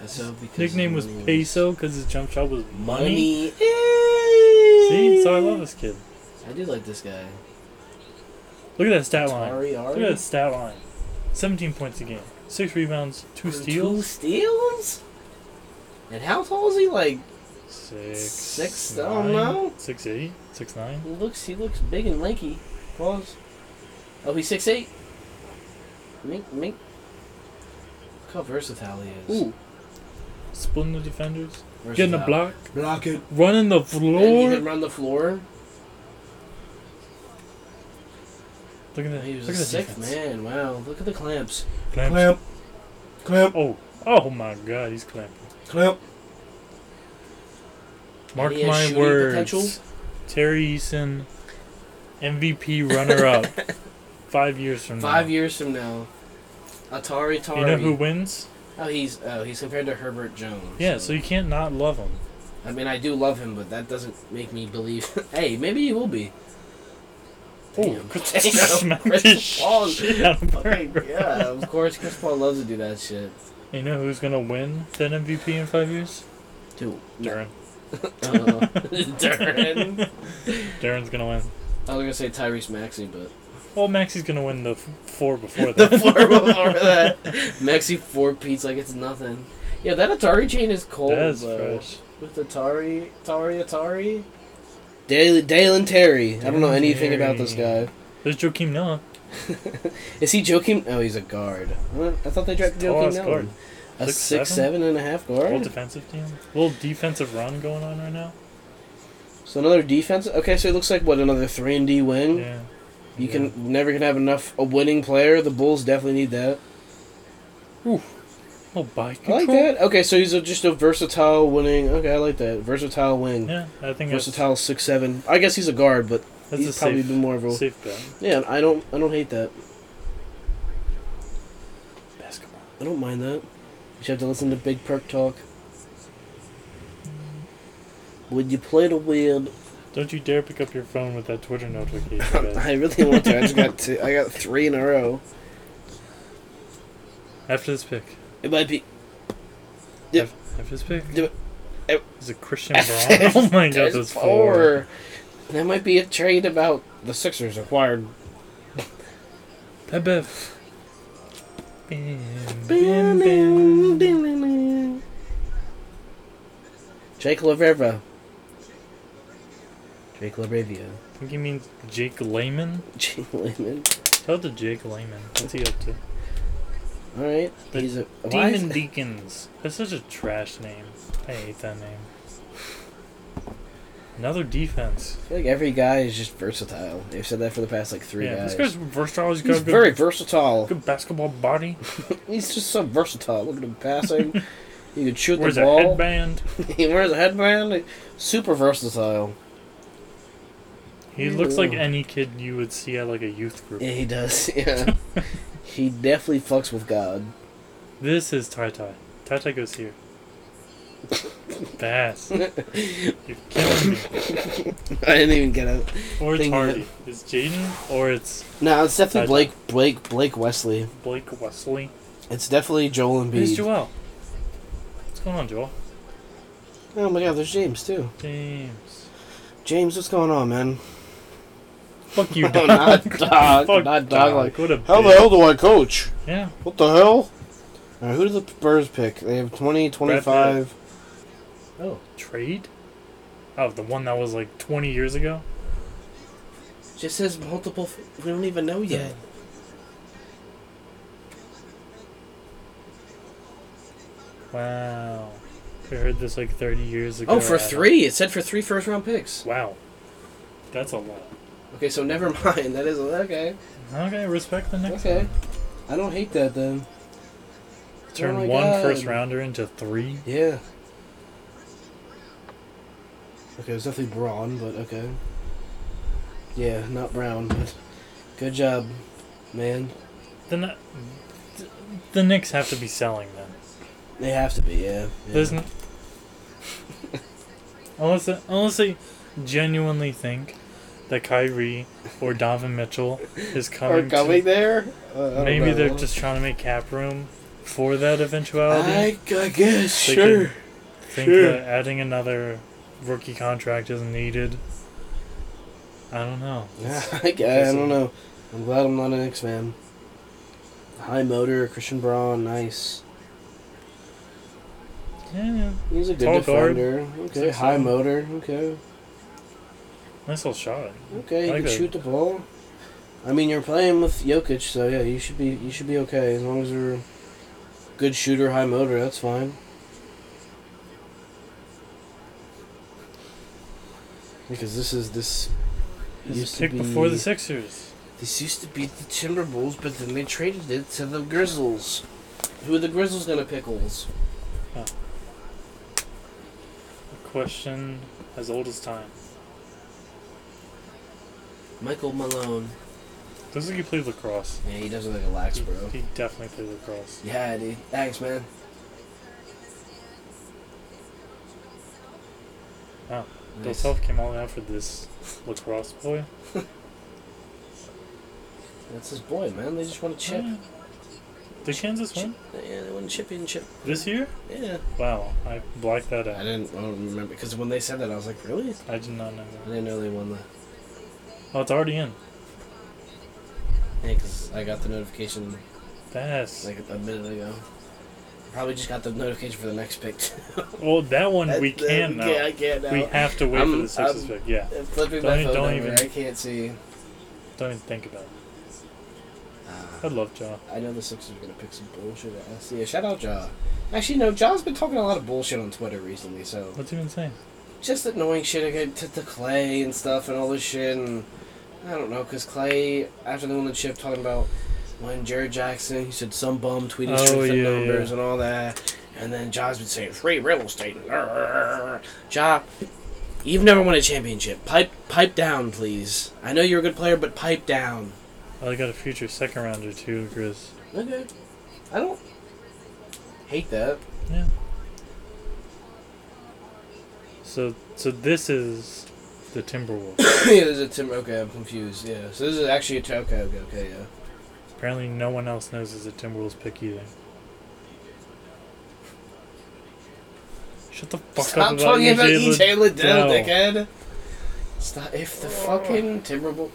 Speaker 1: So because
Speaker 2: Nickname was
Speaker 1: money
Speaker 2: Peso because his jump shot was money.
Speaker 1: Money.
Speaker 2: See, so I love this kid.
Speaker 1: I do like this guy.
Speaker 2: Look at that stat line.
Speaker 1: Tari
Speaker 2: Look
Speaker 1: Ari.
Speaker 2: at that stat line. 17 points a game, six rebounds, two
Speaker 1: Two
Speaker 2: steals,
Speaker 1: steals? And how tall is he? Like
Speaker 2: six,
Speaker 1: Six, I
Speaker 2: nine,
Speaker 1: don't know.
Speaker 2: six eight, six nine.
Speaker 1: he looks he looks big and lanky. Pause. Oh, he's six eight. Mink mink. Look how versatile he is.
Speaker 2: Splitting the defenders,
Speaker 1: Versatile.
Speaker 2: getting a block,
Speaker 1: Block it.
Speaker 2: running the
Speaker 1: And he
Speaker 2: floor.
Speaker 1: can run the floor.
Speaker 2: Look at that.
Speaker 1: He was
Speaker 2: Look
Speaker 1: a
Speaker 2: at the
Speaker 1: sixth
Speaker 2: defense.
Speaker 1: man. Wow. Look at the clamps.
Speaker 2: Clamps.
Speaker 3: clamp,
Speaker 2: Oh, oh my God, he's clamping.
Speaker 3: clamp.
Speaker 2: Mark
Speaker 1: Any, uh,
Speaker 2: my
Speaker 1: shooting
Speaker 2: words.
Speaker 1: potential?
Speaker 2: Terry Eason, MVP runner up. Five years from now.
Speaker 1: Five years from now, Atari Tari.
Speaker 2: Mm. You know who wins?
Speaker 1: Oh, he's oh he's compared to Herbert Jones.
Speaker 2: Yeah, so you can't not love him.
Speaker 1: I mean, I do love him, but that doesn't make me believe. hey, maybe he will be.
Speaker 2: Oh,
Speaker 1: Damn.
Speaker 2: Chris
Speaker 1: Damn,
Speaker 2: smacked
Speaker 1: Chris
Speaker 2: his
Speaker 1: Paul.
Speaker 2: shit out of
Speaker 1: Fucking-
Speaker 2: him.
Speaker 1: yeah, of course, Chris Paul loves to do that shit.
Speaker 2: You know who's gonna win that MVP in five years?
Speaker 1: Dude,
Speaker 2: Duran.
Speaker 1: Uh, Duran.
Speaker 2: Duran's gonna win.
Speaker 1: I was gonna say Tyrese Maxey, but
Speaker 2: Well, Maxi's gonna win the f- four before
Speaker 1: the
Speaker 2: that.
Speaker 1: four before that, Maxey four beats like it's nothing. Yeah, that Atari chain is cold.
Speaker 2: that is
Speaker 1: though.
Speaker 2: fresh.
Speaker 1: With Atari, Atari, Atari. Dale, Dale and Terry. I don't know
Speaker 2: Dalen
Speaker 1: anything about this
Speaker 2: Terry.
Speaker 1: guy.
Speaker 2: There's Joakim Noah.
Speaker 1: Is he Joakim? Oh, he's a guard. What? I thought they drafted Joakim
Speaker 2: Tallest
Speaker 1: Nolan.
Speaker 2: guard.
Speaker 1: A
Speaker 2: Six,
Speaker 1: six,
Speaker 2: seven?
Speaker 1: seven and a half
Speaker 2: Little
Speaker 1: guard.
Speaker 2: defensive team. Little defensive run going on right now.
Speaker 1: So another defense. Okay, so it looks like what another three and D wing.
Speaker 2: Yeah.
Speaker 1: You
Speaker 2: Yeah.
Speaker 1: can never can have enough a winning player. The Bulls definitely need that.
Speaker 2: Oh, bike
Speaker 1: I
Speaker 2: control.
Speaker 1: like that. Okay, so he's a, just a versatile winning. Okay, I like that. Versatile wing.
Speaker 2: Yeah, I think that's,
Speaker 1: Versatile six seven. I guess he's a guard, but
Speaker 2: that's a
Speaker 1: he's probably
Speaker 2: safe,
Speaker 1: been more of a
Speaker 2: safe bet.
Speaker 1: yeah. I don't I don't hate that.
Speaker 2: Basketball.
Speaker 1: I don't mind that. You should have to listen to Big Perk talk. Would you play the weird?
Speaker 2: Don't you dare pick up your phone with that Twitter notification. guys.
Speaker 1: I really want to. I just got two, I got three in a row.
Speaker 2: After this pick.
Speaker 1: It might be. Yeah.
Speaker 2: Af- After this pick.
Speaker 1: Do it.
Speaker 2: Is it Christian Braun? Oh my god,
Speaker 1: There's
Speaker 2: that's four.
Speaker 1: That might be a trade about the Sixers acquired.
Speaker 2: That Bev. Bam, bam, bam.
Speaker 1: Jake LaRivera. Jake LaRivera.
Speaker 2: I think he means Jake Lehman.
Speaker 1: Jake Lehman.
Speaker 2: Shout out to Jake Lehman. What's he up to?
Speaker 1: All right.
Speaker 2: The
Speaker 1: He's a why is-
Speaker 2: Demon Deacons. That's such a trash name. I hate that name. Another defense.
Speaker 1: I feel like every guy is just versatile. They've said that for the past like three
Speaker 2: yeah,
Speaker 1: guys.
Speaker 2: this guy's versatile. He's got
Speaker 1: He's
Speaker 2: a good,
Speaker 1: very versatile.
Speaker 2: good basketball body.
Speaker 1: He's just so versatile. Look at him passing. he can shoot
Speaker 2: Wears
Speaker 1: the
Speaker 2: a
Speaker 1: ball.
Speaker 2: headband.
Speaker 1: he wears a headband. Super versatile.
Speaker 2: He looks like
Speaker 1: Ooh. Eh.
Speaker 2: any kid you would see at like a youth group.
Speaker 1: Yeah, he does. Yeah. he definitely fucks with God.
Speaker 2: This is Tai Tai. Tai Tai goes here. Bass. You're killing me.
Speaker 1: I didn't even get it.
Speaker 2: Or it's
Speaker 1: Thing that-
Speaker 2: Hardy. It's Jaden or it's
Speaker 1: No, it's definitely
Speaker 2: Side
Speaker 1: Blake Blake Blake Wesley.
Speaker 2: Blake Wesley.
Speaker 1: It's definitely Joel
Speaker 2: Who's
Speaker 1: Embiid.
Speaker 2: Joel? What's going on, Joel?
Speaker 1: oh my god, there's James too.
Speaker 2: James.
Speaker 1: James, what's going on, man?
Speaker 2: Fuck you,
Speaker 1: No, Oh,
Speaker 2: dog.
Speaker 1: not dog,
Speaker 2: Fuck
Speaker 1: not dog, like-
Speaker 2: What a
Speaker 1: How the
Speaker 2: bitch.
Speaker 1: hell do I coach?
Speaker 2: Yeah.
Speaker 1: What the hell? All right, who do the Spurs pick? They have 20, 25.
Speaker 2: Oh, trade? Oh, the one that was like 20 years ago?
Speaker 1: Just says multiple. F- we don't even know yet.
Speaker 2: Wow. I heard this like 30 years ago.
Speaker 1: Oh, for
Speaker 2: Adam.
Speaker 1: three. It said for three first round picks.
Speaker 2: Wow. That's a lot.
Speaker 1: Okay, so never mind. That is okay.
Speaker 2: Okay, respect the next
Speaker 1: Okay.
Speaker 2: one.
Speaker 1: I don't hate that then.
Speaker 2: Turn
Speaker 1: Oh my
Speaker 2: one first
Speaker 1: God.
Speaker 2: rounder into three.
Speaker 1: Yeah. Okay, it was definitely Braun, but okay. Yeah, not Brown, but good job, man.
Speaker 2: Then that- th- the Knicks have to be selling then.
Speaker 1: They have to be, yeah. yeah.
Speaker 2: There's n- unless they, unless they genuinely think that Kyrie or Donovan Mitchell is coming,
Speaker 1: Are
Speaker 2: to-
Speaker 1: going there? Uh, I don't
Speaker 2: maybe
Speaker 1: know.
Speaker 2: they're just trying to make cap room for that eventuality.
Speaker 1: I, I guess
Speaker 2: They
Speaker 1: sure.
Speaker 2: could think
Speaker 1: Sure.
Speaker 2: that adding another rookie contract isn't needed. I don't know.
Speaker 1: Yeah, I, gu- I don't know. I'm glad I'm not a Knicks fan. High motor, Christian Braun, nice.
Speaker 2: Yeah,
Speaker 1: He's a good
Speaker 2: Tall guard.
Speaker 1: defender. Okay,
Speaker 2: Six
Speaker 1: high
Speaker 2: seven.
Speaker 1: motor. Okay,
Speaker 2: nice little shot.
Speaker 1: okay,
Speaker 2: I
Speaker 1: you
Speaker 2: like
Speaker 1: can
Speaker 2: that.
Speaker 1: shoot the ball. I mean, you're playing with Jokic, so yeah, you should be you should be okay as long as you're a good shooter, high motor. That's fine. Because this is this.
Speaker 2: This
Speaker 1: used
Speaker 2: is
Speaker 1: to
Speaker 2: pick before
Speaker 1: be-
Speaker 2: the Sixers.
Speaker 1: This used to be the Timberwolves, but then they traded it to the Grizzlies. Who are the Grizzlies gonna pickles?
Speaker 2: A question as old as time.
Speaker 1: Michael Malone.
Speaker 2: Looks like he played lacrosse.
Speaker 1: Yeah, he does look like a lax,
Speaker 2: He,
Speaker 1: bro.
Speaker 2: he definitely played lacrosse.
Speaker 1: Yeah, dude. Thanks, man.
Speaker 2: Wow. Bill
Speaker 1: Nice.
Speaker 2: Self came all out for this lacrosse boy.
Speaker 1: That's his boy, man. They just want to chip.
Speaker 2: Yeah. Did Kansas win
Speaker 1: Yeah, they won the championship.
Speaker 2: this year?
Speaker 1: Yeah.
Speaker 2: Wow, I blacked that
Speaker 1: I
Speaker 2: out.
Speaker 1: didn't I don't remember because when they said that, I was like, really?
Speaker 2: I did not know
Speaker 1: I
Speaker 2: that.
Speaker 1: didn't know they won the.
Speaker 2: Oh, it's already in.
Speaker 1: Yeah, because I got the notification
Speaker 2: That's
Speaker 1: like a minute ago. Probably just got the notification for the next pick.
Speaker 2: well, that one we
Speaker 1: That's-
Speaker 2: can now.
Speaker 1: Yeah, I can't now.
Speaker 2: We have to wait for
Speaker 1: I'm-
Speaker 2: the Sixers
Speaker 1: I'm-
Speaker 2: pick. Yeah,
Speaker 1: I'm flipping
Speaker 2: Don't
Speaker 1: my
Speaker 2: e-
Speaker 1: phone
Speaker 2: don't
Speaker 1: over.
Speaker 2: even-
Speaker 1: I can't see.
Speaker 2: don't even think about it. I
Speaker 1: Ah,
Speaker 2: love John.
Speaker 1: I know the Sixers are gonna pick some bullshit. I see. Shout out Ja. Actually, no. Ja's been talking a lot of bullshit on Twitter recently, so
Speaker 2: What's he been saying?
Speaker 1: just annoying shit again to, to Clay and stuff and all this shit. And I don't know, cause Clay after they won the chip, talking about when Jared Jackson, he said some bum tweeting
Speaker 2: Oh,
Speaker 1: strength and
Speaker 2: yeah,
Speaker 1: numbers
Speaker 2: yeah.
Speaker 1: and all that. And then Ja's been saying free real estate. Ja, you've never won a championship. Pipe, pipe down, please. I know you're a good player, but pipe down.
Speaker 2: I got a future second rounder too, Chris.
Speaker 1: Okay. I don't hate that.
Speaker 2: Yeah. So, so this is the Timberwolves.
Speaker 1: yeah, there's a Tim. Okay, I'm confused. Yeah. So this is actually a. T- okay, okay, okay, yeah.
Speaker 2: Apparently, no one else knows it's a Timberwolves pick either. Shut the fuck
Speaker 1: Stop
Speaker 2: up about E
Speaker 1: talking about E
Speaker 2: EJ
Speaker 1: EJ Liddell,
Speaker 2: Liddell.
Speaker 1: dickhead. Stop. If the fucking Timberwolves.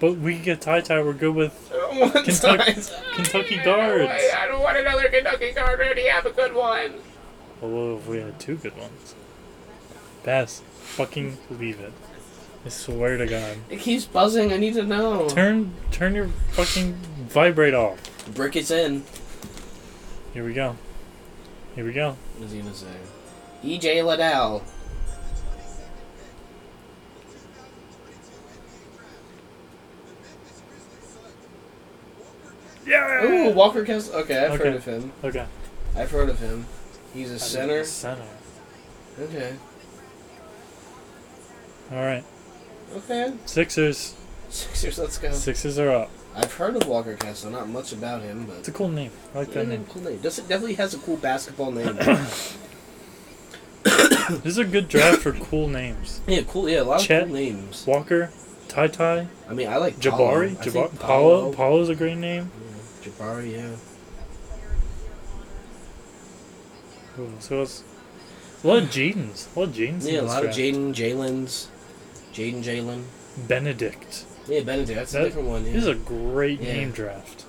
Speaker 2: But we can get tie tie. We're good with
Speaker 1: I don't want
Speaker 2: Kentucky-
Speaker 1: ties.
Speaker 2: Kentucky guards.
Speaker 1: I don't want another Kentucky guard. I already have a good one.
Speaker 2: Although if we had two good ones. Bass, fucking leave it. I swear to God.
Speaker 1: It keeps buzzing. I need to know.
Speaker 2: Turn turn your fucking vibrate off.
Speaker 1: Brick is in.
Speaker 2: Here we go. Here we go.
Speaker 1: What is he gonna say? EJ Liddell.
Speaker 2: Yeah.
Speaker 1: Ooh, Walker Kessler. Okay, I've
Speaker 2: Okay.
Speaker 1: heard of him.
Speaker 2: Okay.
Speaker 1: I've heard of him. He's a center.
Speaker 2: Center.
Speaker 1: Okay.
Speaker 2: All right.
Speaker 1: Okay.
Speaker 2: Sixers.
Speaker 1: Sixers, let's go.
Speaker 2: Sixers are up.
Speaker 1: I've heard of Walker Kessler. Not much about him, but.
Speaker 2: It's a cool name. I like
Speaker 1: Yeah,
Speaker 2: that name.
Speaker 1: Cool name. Does it definitely has a cool basketball name.
Speaker 2: This is a good draft for cool names.
Speaker 1: yeah, cool. Yeah, a lot
Speaker 2: Chet.
Speaker 1: of cool names.
Speaker 2: Walker, Tai Tai,
Speaker 1: I mean, I like Paulo.
Speaker 2: Jabari,
Speaker 1: I
Speaker 2: Jabari,
Speaker 1: think
Speaker 2: Paulo. Paulo's a great name.
Speaker 1: Jabari, yeah.
Speaker 2: Ooh, so it's a lot of Jadens. A lot of Jadens. in
Speaker 1: Yeah, a
Speaker 2: this
Speaker 1: lot of
Speaker 2: draft.
Speaker 1: Jaden, Jalen's, Jaden, Jalen.
Speaker 2: Benedict.
Speaker 1: Yeah, Benedict. That's
Speaker 2: That-
Speaker 1: a different one. Oh, Yeah.
Speaker 2: This is a great
Speaker 1: Yeah.
Speaker 2: name draft.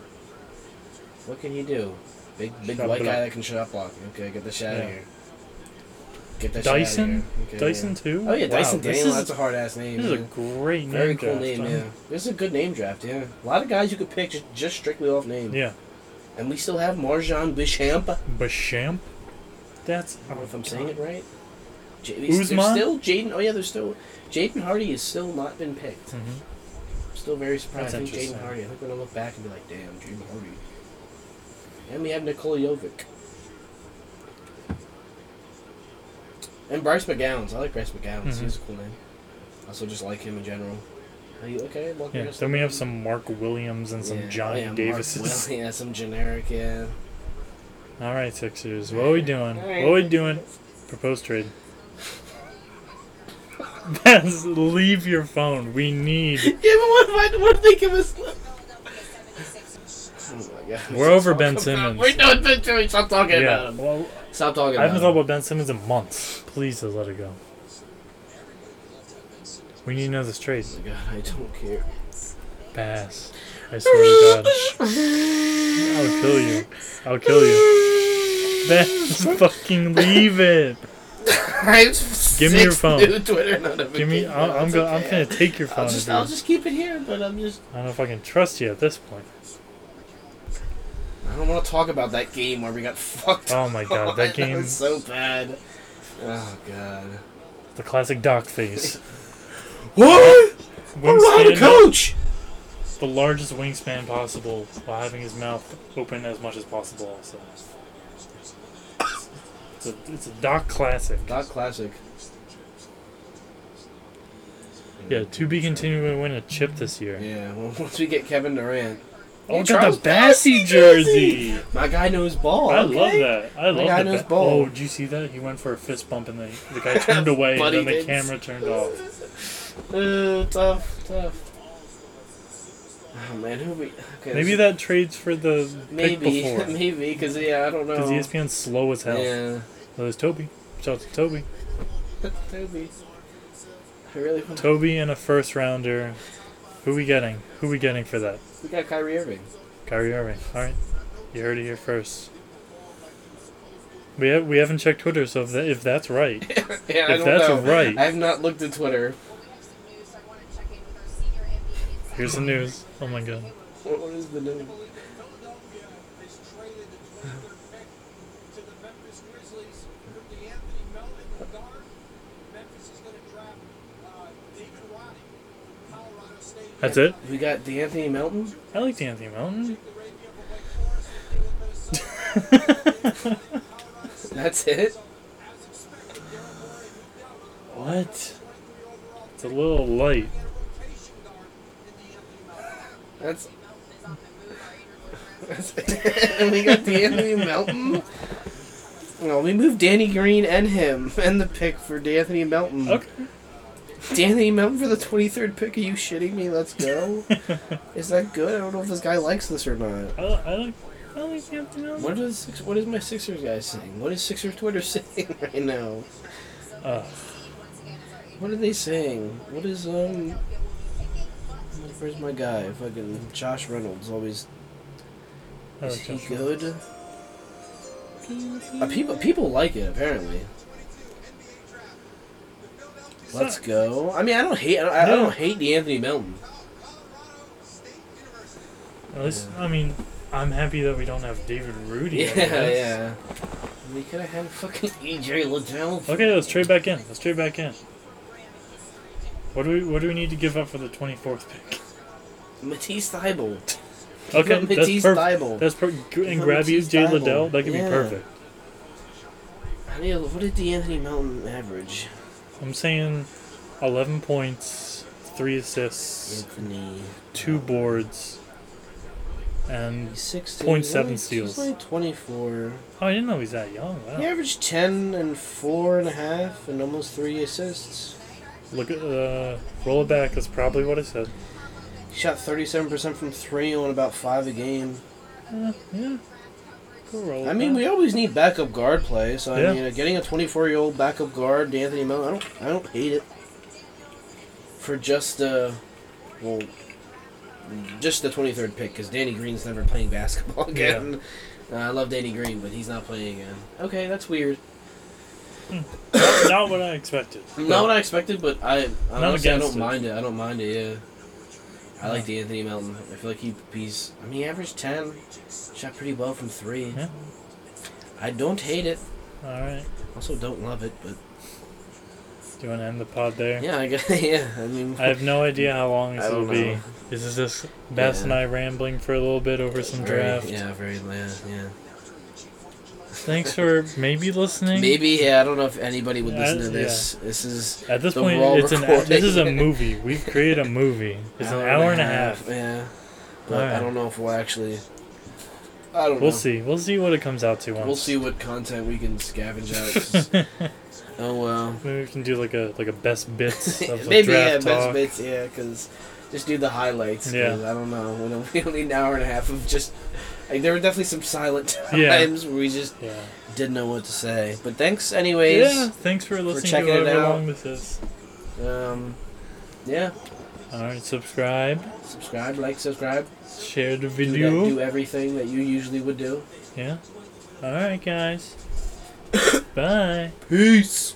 Speaker 1: what can he do? Big, big
Speaker 2: Shot
Speaker 1: white
Speaker 2: block.
Speaker 1: guy that can shut up block. Okay, get the shot out
Speaker 2: Yeah.
Speaker 1: of here. Get that
Speaker 2: Dyson?
Speaker 1: Shot out of here. Okay,
Speaker 2: Dyson
Speaker 1: yeah.
Speaker 2: too.
Speaker 1: Oh yeah,
Speaker 2: Wow,
Speaker 1: Dyson
Speaker 2: this
Speaker 1: Daniel.
Speaker 2: is-
Speaker 1: That's a hard ass name.
Speaker 2: This is a
Speaker 1: yeah.
Speaker 2: great name.
Speaker 1: very cool
Speaker 2: draft.
Speaker 1: name.
Speaker 2: Um,
Speaker 1: Yeah, this is a good name draft. Yeah, a lot of guys you could pick just, just strictly off name.
Speaker 2: Yeah.
Speaker 1: And we still have Marjan Bichamp.
Speaker 2: Bashamp. That's.
Speaker 1: I don't know if I'm saying it right. J- there's
Speaker 2: Uzman?
Speaker 1: still Jaden. Oh yeah, there's still Jaden Hardy has still not been picked.
Speaker 2: hmm
Speaker 1: I'm still very surprised.
Speaker 2: That's
Speaker 1: I think
Speaker 2: interesting.
Speaker 1: Jaden Hardy. I think we're gonna look back and be like, damn, Jaden Hardy. And we have Nikola Jovic. And Bryce McGowns. I like Bryce McGowns.
Speaker 2: Mhm.
Speaker 1: He's a cool name. I also just like him in general. Are you okay? Walker
Speaker 2: Yeah.
Speaker 1: has
Speaker 2: Then we have
Speaker 1: something?
Speaker 2: some Mark Williams and some
Speaker 1: Yeah, oh
Speaker 2: Johnny
Speaker 1: yeah, Mark
Speaker 2: Davises.
Speaker 1: Will- yeah, some generic. Yeah.
Speaker 2: All right, Sixers. What are we doing?
Speaker 1: All
Speaker 2: What
Speaker 1: right.
Speaker 2: are we doing? Propose trade. Baz, leave your phone. We need.
Speaker 1: yeah, but what if I, what if they give us? Oh my God.
Speaker 2: We're over Ben
Speaker 1: Stop talking about-
Speaker 2: Simmons.
Speaker 1: We're doing Ben Simmons. Stop talking
Speaker 2: yeah.
Speaker 1: about him.
Speaker 2: Well,
Speaker 1: Stop talking
Speaker 2: I haven't
Speaker 1: about
Speaker 2: thought
Speaker 1: him.
Speaker 2: about Ben Simmons in months. Please just let it go. We need to know this trade.
Speaker 1: Oh my God, I don't care.
Speaker 2: Bass. I swear to God. I'll kill you. I'll kill you. Bass, fucking leave it.
Speaker 1: I'm
Speaker 2: Give me your phone.
Speaker 1: New Twitter notifications.
Speaker 2: Give me. I'll, I'm
Speaker 1: It's
Speaker 2: going. I'm
Speaker 1: okay.
Speaker 2: gonna take your
Speaker 1: I'll
Speaker 2: phone. Just,
Speaker 1: just, I'll just keep it here, but I'm just.
Speaker 2: I don't know if I can trust you at this point.
Speaker 1: I don't want to talk about that game where we got fucked.
Speaker 2: Oh my God, that game.
Speaker 1: was so bad. Oh God.
Speaker 2: The classic doc face.
Speaker 1: What?
Speaker 2: Wingspan,
Speaker 1: coach.
Speaker 2: the largest wingspan possible, while having his mouth open as much as possible. Also, it's a, it's a doc classic.
Speaker 1: Not classic.
Speaker 2: Yeah, to be continued to win a chip this year.
Speaker 1: Yeah. Well, once we get Kevin Durant.
Speaker 2: Oh,
Speaker 1: Hey,
Speaker 2: got
Speaker 1: Charles
Speaker 2: the Bassey jersey.
Speaker 1: My guy knows ball.
Speaker 2: I
Speaker 1: okay?
Speaker 2: love that. I love
Speaker 1: guy
Speaker 2: that.
Speaker 1: knows
Speaker 2: ba-
Speaker 1: ball.
Speaker 2: Oh, did you see that? He went for a fist bump and the the guy turned away and
Speaker 1: Buddy
Speaker 2: then the
Speaker 1: did.
Speaker 2: camera turned off.
Speaker 1: Uh, tough, tough. Oh man, who we? Okay,
Speaker 2: Maybe
Speaker 1: this-
Speaker 2: that trades for the
Speaker 1: Maybe,
Speaker 2: pick before.
Speaker 1: maybe, because yeah, I don't know.
Speaker 2: Because E ESPN's slow as hell.
Speaker 1: Yeah,
Speaker 2: So there's Toby. Shout out to Toby.
Speaker 1: Toby. I really want.
Speaker 2: Toby and a first rounder. Who we getting? Who we getting for that?
Speaker 1: We got Kyrie Irving.
Speaker 2: Kyrie Irving. All right, you heard it here first. We have, we haven't checked Twitter, so if, that, if that's right,
Speaker 1: Yeah, I
Speaker 2: if
Speaker 1: don't
Speaker 2: that's
Speaker 1: know.
Speaker 2: right,
Speaker 1: I have not looked at Twitter.
Speaker 2: here's the news. Oh my god.
Speaker 1: What, what is the name?
Speaker 2: That's it.
Speaker 1: We got DeAnthony Melton.
Speaker 2: I like D'Anthony Melton.
Speaker 1: That's it. What?
Speaker 2: It's a little light.
Speaker 1: That's. That's and we got D'Anthony Melton. No, we moved Danny Green and him and the pick for D'Anthony Melton.
Speaker 2: Okay.
Speaker 1: Danny Melton for the 23rd pick? Are you shitting me? Let's go. is that good? I don't know if this guy likes this or not.
Speaker 2: I, li- I like I like D'Anthony Melton.
Speaker 1: What is Six- what is my Sixers guy saying? What is Sixers Twitter saying right now?
Speaker 2: Ugh.
Speaker 1: What are they saying? What is um? Where's my guy? Fucking Josh Reynolds always.
Speaker 2: I
Speaker 1: Is
Speaker 2: like
Speaker 1: he
Speaker 2: Josh Reynolds.
Speaker 1: good? Uh, people people like it apparently. Let's go. I mean, I don't hate. I don't, I
Speaker 2: Yeah.
Speaker 1: don't hate the Anthony Melton.
Speaker 2: At least, I mean, I'm happy that we don't have David Rudy.
Speaker 1: Yeah,
Speaker 2: on this.
Speaker 1: yeah. We could have had fucking EJ Liddell.
Speaker 2: Okay, let's trade back in. Let's trade back in. What do we What do we need to give up for the 24th pick?
Speaker 1: Matisse Thybul. Give
Speaker 2: Okay,
Speaker 1: him
Speaker 2: that's
Speaker 1: Matisse
Speaker 2: perfect.
Speaker 1: Thybul.
Speaker 2: That's per- g-
Speaker 1: him
Speaker 2: and grab you
Speaker 1: Matisse
Speaker 2: Jay
Speaker 1: Thybulle.
Speaker 2: Liddell. That could
Speaker 1: Yeah.
Speaker 2: be perfect.
Speaker 1: I mean, what did the Anthony Melton average?
Speaker 2: I'm saying, 11 points, three assists,
Speaker 1: Anthony.
Speaker 2: two boards, and
Speaker 1: He's 16.
Speaker 2: 0.7
Speaker 1: He's only-
Speaker 2: steals.
Speaker 1: He's only 24.
Speaker 2: oh, I didn't know he's that young. Wow.
Speaker 1: He averaged 10 and 4 and a half and almost 3 assists.
Speaker 2: Look at uh, roll it back. That's probably what I said.
Speaker 1: He shot 37% from 3 on about 5 a game.
Speaker 2: Uh, yeah. Go roll.
Speaker 1: I mean, we always need backup guard play, so I
Speaker 2: Yeah.
Speaker 1: mean, uh, getting a 24 year old backup guard, to Anthony Melton, I don't, I don't hate it. For just uh, well, just the 23rd pick, because Danny Green's never playing basketball
Speaker 2: Yeah.
Speaker 1: again. Uh, I love Danny Green, but he's not playing again. Okay, that's weird.
Speaker 2: not what I expected.
Speaker 1: Not what I expected, but I
Speaker 2: Not
Speaker 1: honestly I
Speaker 2: against
Speaker 1: don't
Speaker 2: it.
Speaker 1: mind it. I don't mind it. Yeah. I like
Speaker 2: Yeah.
Speaker 1: the Anthony Melton. I feel like he, he's. I mean, he averaged ten, shot pretty well from three.
Speaker 2: Yeah.
Speaker 1: I don't hate it.
Speaker 2: All right.
Speaker 1: Also, don't love it, but
Speaker 2: Do you want to end the pod there?
Speaker 1: Yeah, I guess. Yeah, I mean,
Speaker 2: I have no idea how long
Speaker 1: I
Speaker 2: this
Speaker 1: don't
Speaker 2: will be.
Speaker 1: know.
Speaker 2: This is just Bass and
Speaker 1: Yeah.
Speaker 2: I rambling for a little bit over some
Speaker 1: very,
Speaker 2: draft.
Speaker 1: Yeah, very last. Yeah,
Speaker 2: Thanks for maybe listening.
Speaker 1: maybe. Yeah, I don't know if anybody would
Speaker 2: Yeah,
Speaker 1: listen to
Speaker 2: yeah.
Speaker 1: this. This is
Speaker 2: At this
Speaker 1: The
Speaker 2: point,
Speaker 1: raw
Speaker 2: it's an this is a
Speaker 1: recording.
Speaker 2: movie. We've created a movie. It's an hour and a half.
Speaker 1: Yeah, but
Speaker 2: Alright.
Speaker 1: I don't know if we'll actually. I don't know.
Speaker 2: We'll see. We'll see what it comes out to once.
Speaker 1: We'll see what content we can scavenge out. oh well.
Speaker 2: Maybe we can do like a like a best bits of the
Speaker 1: Maybe yeah,
Speaker 2: draft
Speaker 1: best
Speaker 2: talk.
Speaker 1: bits. Yeah, because just do the highlights. 'cause
Speaker 2: Yeah.
Speaker 1: I don't know. We don't, we don't need an hour and a half of just. Like, there were definitely some silent
Speaker 2: Yeah.
Speaker 1: times where we just
Speaker 2: Yeah.
Speaker 1: didn't know what to say. But thanks, anyways.
Speaker 2: Yeah. Thanks for listening
Speaker 1: checking it
Speaker 2: to however
Speaker 1: out.
Speaker 2: long this is.
Speaker 1: Um, yeah.
Speaker 2: All right. Subscribe.
Speaker 1: Subscribe, like, subscribe.
Speaker 2: Share the
Speaker 1: Do,
Speaker 2: video.
Speaker 1: that- do everything that you usually would do.
Speaker 2: Yeah. All right, guys. Bye.
Speaker 1: Peace.